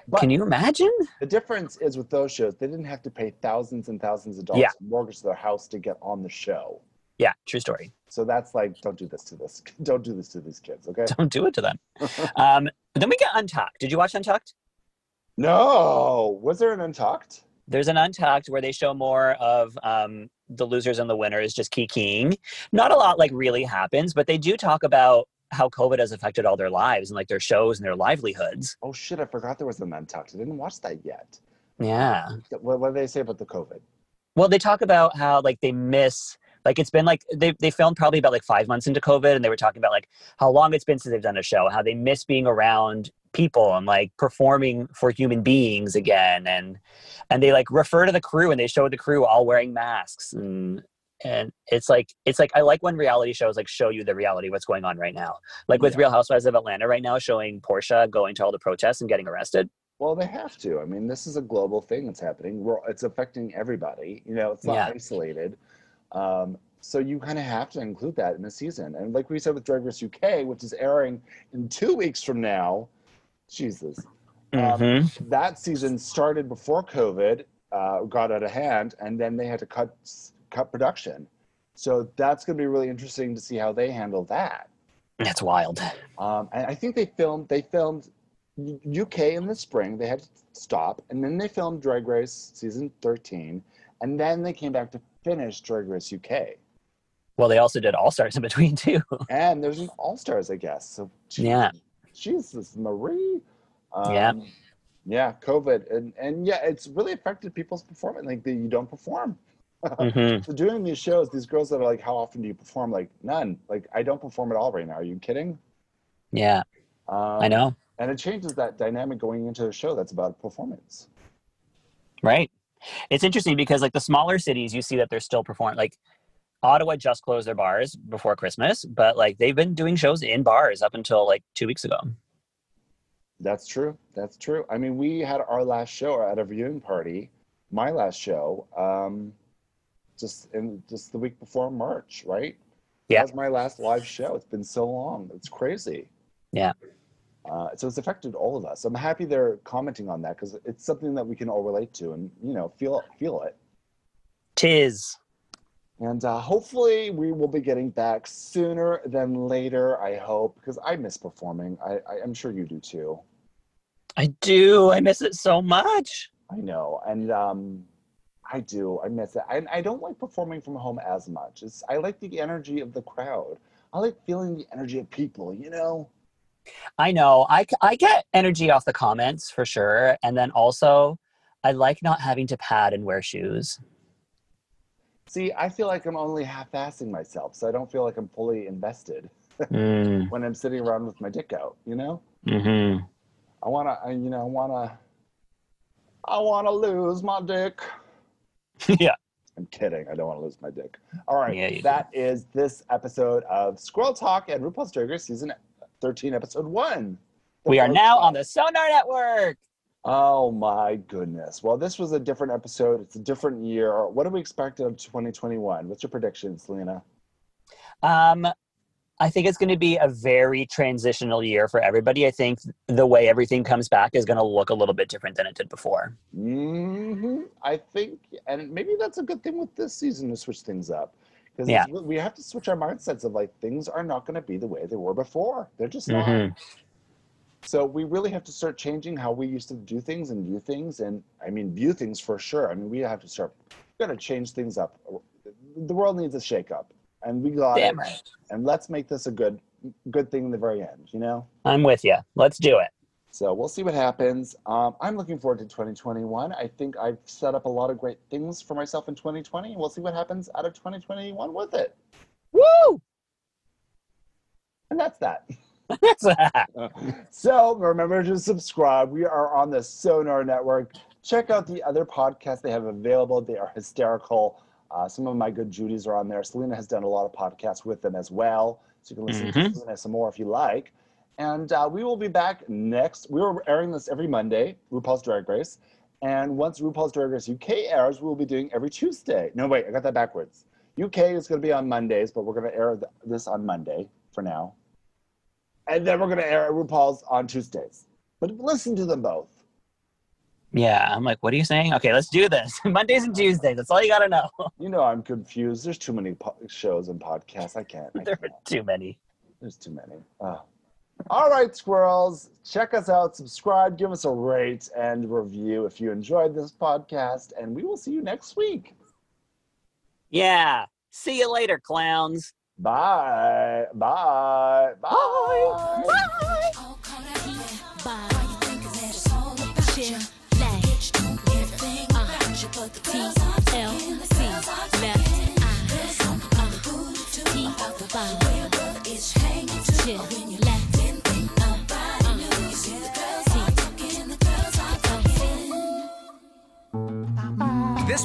[SPEAKER 2] But-
[SPEAKER 3] Can you imagine?
[SPEAKER 2] The difference is with those shows, they didn't have to pay thousands and thousands of dollars
[SPEAKER 3] Yeah.
[SPEAKER 2] to mortgage their house to get on the show.
[SPEAKER 3] Yeah, true story.
[SPEAKER 2] So that's like, don't do this to this. Don't do this to these kids, okay?
[SPEAKER 3] Don't do it to them. um, then we get Untucked. Did you watch Untucked?
[SPEAKER 2] No. Was there an Untucked?
[SPEAKER 3] There's an Untucked where they show more of um, the losers and the winners just kikiing. Not a lot like really happens, but they do talk about how COVID has affected all their lives and like their shows and their livelihoods.
[SPEAKER 2] Oh shit! I forgot there was an Untucked. I didn't watch that yet.
[SPEAKER 3] Yeah.
[SPEAKER 2] What, what did they say about the COVID?
[SPEAKER 3] Well, they talk about how like they miss like it's been like they they filmed probably about like five months into COVID, and they were talking about like how long it's been since they've done a show, how they miss being around people and like performing for human beings again, and and they like refer to the crew and they show the crew all wearing masks and. And it's like it's like I like when reality shows like show you the reality of what's going on right now. Like with
[SPEAKER 2] Yeah.
[SPEAKER 3] Real Housewives of Atlanta right now, showing Portia going to all the protests and getting arrested.
[SPEAKER 2] Well, they have to. I mean, this is a global thing that's happening. We're, it's affecting everybody. You know, it's not
[SPEAKER 3] Yeah.
[SPEAKER 2] isolated. Um, so you kind of have to include that in the season. And like we said with Drag Race UK, which is airing in two weeks from now, Jesus, Um,
[SPEAKER 3] Mhm.
[SPEAKER 2] that season started before COVID, uh, got out of hand, and then they had to cut cut production. So that's going to be really interesting to see how they handle that.
[SPEAKER 3] That's wild.
[SPEAKER 2] Um, and I think they filmed they filmed U- UK in the spring. They had to stop, and then they filmed Drag Race season thirteen, and then they came back to finish Drag Race UK.
[SPEAKER 3] Well, they also did All Stars in between too.
[SPEAKER 2] And there's an All Stars, I guess. So gee-
[SPEAKER 3] Yeah.
[SPEAKER 2] Jesus Marie. Um,
[SPEAKER 3] Yeah.
[SPEAKER 2] Yeah, COVID, and and yeah, it's really affected people's performance. Like that, you don't perform.
[SPEAKER 3] Mhm.
[SPEAKER 2] So doing these shows, these girls that are like, "How often do you perform?" Like none. Like I don't perform at all right now. Are you kidding?
[SPEAKER 3] Yeah,
[SPEAKER 2] Um,
[SPEAKER 3] I know.
[SPEAKER 2] and it changes that dynamic going into a show that's about performance.
[SPEAKER 3] Right. It's interesting because like the smaller cities, you see that they're still performing. Like Ottawa just closed their bars before Christmas, but like they've been doing shows in bars up until like two weeks ago.
[SPEAKER 2] That's true. That's true. I mean, we had our last show at a viewing party, my last show, um, just in just the week before March, right?
[SPEAKER 3] Yeah.
[SPEAKER 2] That was my last live show. It's been so long. It's crazy.
[SPEAKER 3] Yeah.
[SPEAKER 2] Uh, so it's affected all of us. I'm happy they're commenting on that because it's something that we can all relate to and you know feel feel it.
[SPEAKER 3] Tis.
[SPEAKER 2] And uh, hopefully, we will be getting back sooner than later, I hope, because I miss performing. I, I, I'm sure you do too.
[SPEAKER 3] I do. I miss it so much.
[SPEAKER 2] I know. And um, I do. I miss it. I, I don't like performing from home as much. It's, I like the energy of the crowd. I like feeling the energy of people, you know?
[SPEAKER 3] I know. I, c- I get energy off the comments for sure. And then also, I like not having to pad and wear shoes.
[SPEAKER 2] See, I feel like I'm only half assing myself, so I don't feel like I'm fully invested
[SPEAKER 3] mm,
[SPEAKER 2] when I'm sitting around with my dick out, you know?
[SPEAKER 3] hmm
[SPEAKER 2] I wanna, I, you know, I wanna, I wanna lose my dick.
[SPEAKER 3] yeah.
[SPEAKER 2] I'm kidding. I don't want to lose my dick. All right.
[SPEAKER 3] Yeah, you
[SPEAKER 2] that is this episode of Squirrel Talk and RuPaul's Drag Race Season 13, Episode 1.
[SPEAKER 3] We are now on the Sonar Network.
[SPEAKER 2] Oh my goodness. Well, this was a different episode. It's a different year. What do we expect of 2021? What's your prediction, Selena?
[SPEAKER 3] Um, I think it's going to be a very transitional year for everybody. I think the way everything comes back is going to look a little bit different than it did before.
[SPEAKER 2] hmm I think, and maybe that's a good thing with this season to switch things up. Because
[SPEAKER 3] Yeah.
[SPEAKER 2] we have to switch our mindsets of like things are not going to be the way they were before. They're just not.
[SPEAKER 3] Mhm.
[SPEAKER 2] So we really have to start changing how we used to do things and view things, and I mean view things for sure. I mean we have to start. We got to change things up. The world needs a shake up, and we got
[SPEAKER 3] Damn
[SPEAKER 2] it.
[SPEAKER 3] right.
[SPEAKER 2] And let's make this a good, good thing in the very end. You know.
[SPEAKER 3] I'm with you. Let's do it.
[SPEAKER 2] So we'll see what happens. Um, I'm looking forward to 2021. I think I've set up a lot of great things for myself in 2020, and we'll see what happens out of 2021 with it.
[SPEAKER 3] Woo!
[SPEAKER 2] And that's that.
[SPEAKER 3] That's that.
[SPEAKER 2] So remember to subscribe. We are on the Sonar Network. Check out the other podcasts they have available. They are hysterical. Uh, some of my good Judies are on there. Selena has done a lot of podcasts with them as well. So you can listen to
[SPEAKER 3] Mhm.
[SPEAKER 2] Selena some more if you like. And uh, we will be back next. We are airing this every Monday, RuPaul's Drag Race. And once RuPaul's Drag Race UK airs, we'll be doing every Tuesday. No, wait, I got that backwards. UK is going to be on Mondays, but we're going to air th- this on Monday for now. And then we're going to air RuPaul's on Tuesdays. But listen to them both.
[SPEAKER 3] Yeah, I'm like, what are you saying? Okay, let's do this. Mondays and Tuesdays. That's all you got to know.
[SPEAKER 2] You know, I'm confused. There's too many po- shows and podcasts. I can't. I
[SPEAKER 3] there
[SPEAKER 2] can't.
[SPEAKER 3] were too many.
[SPEAKER 2] There's too many. Oh. All right, squirrels. Check us out. Subscribe. Give us a rate and review if you enjoyed this podcast. And we will see you next week.
[SPEAKER 3] Yeah. See you later, clowns.
[SPEAKER 2] Bye. Bye. Bye.
[SPEAKER 4] All caught up in it. Why you think that it's all about you? Bitch, don't give a thing about you, but the girls I'm talking, the girls I'm talking. There's something about the booty, too, about the way a brother is hanging, too. When you laugh, then think nobody knew. You see the girls I'm talking, the girls I'm talking.
[SPEAKER 5] This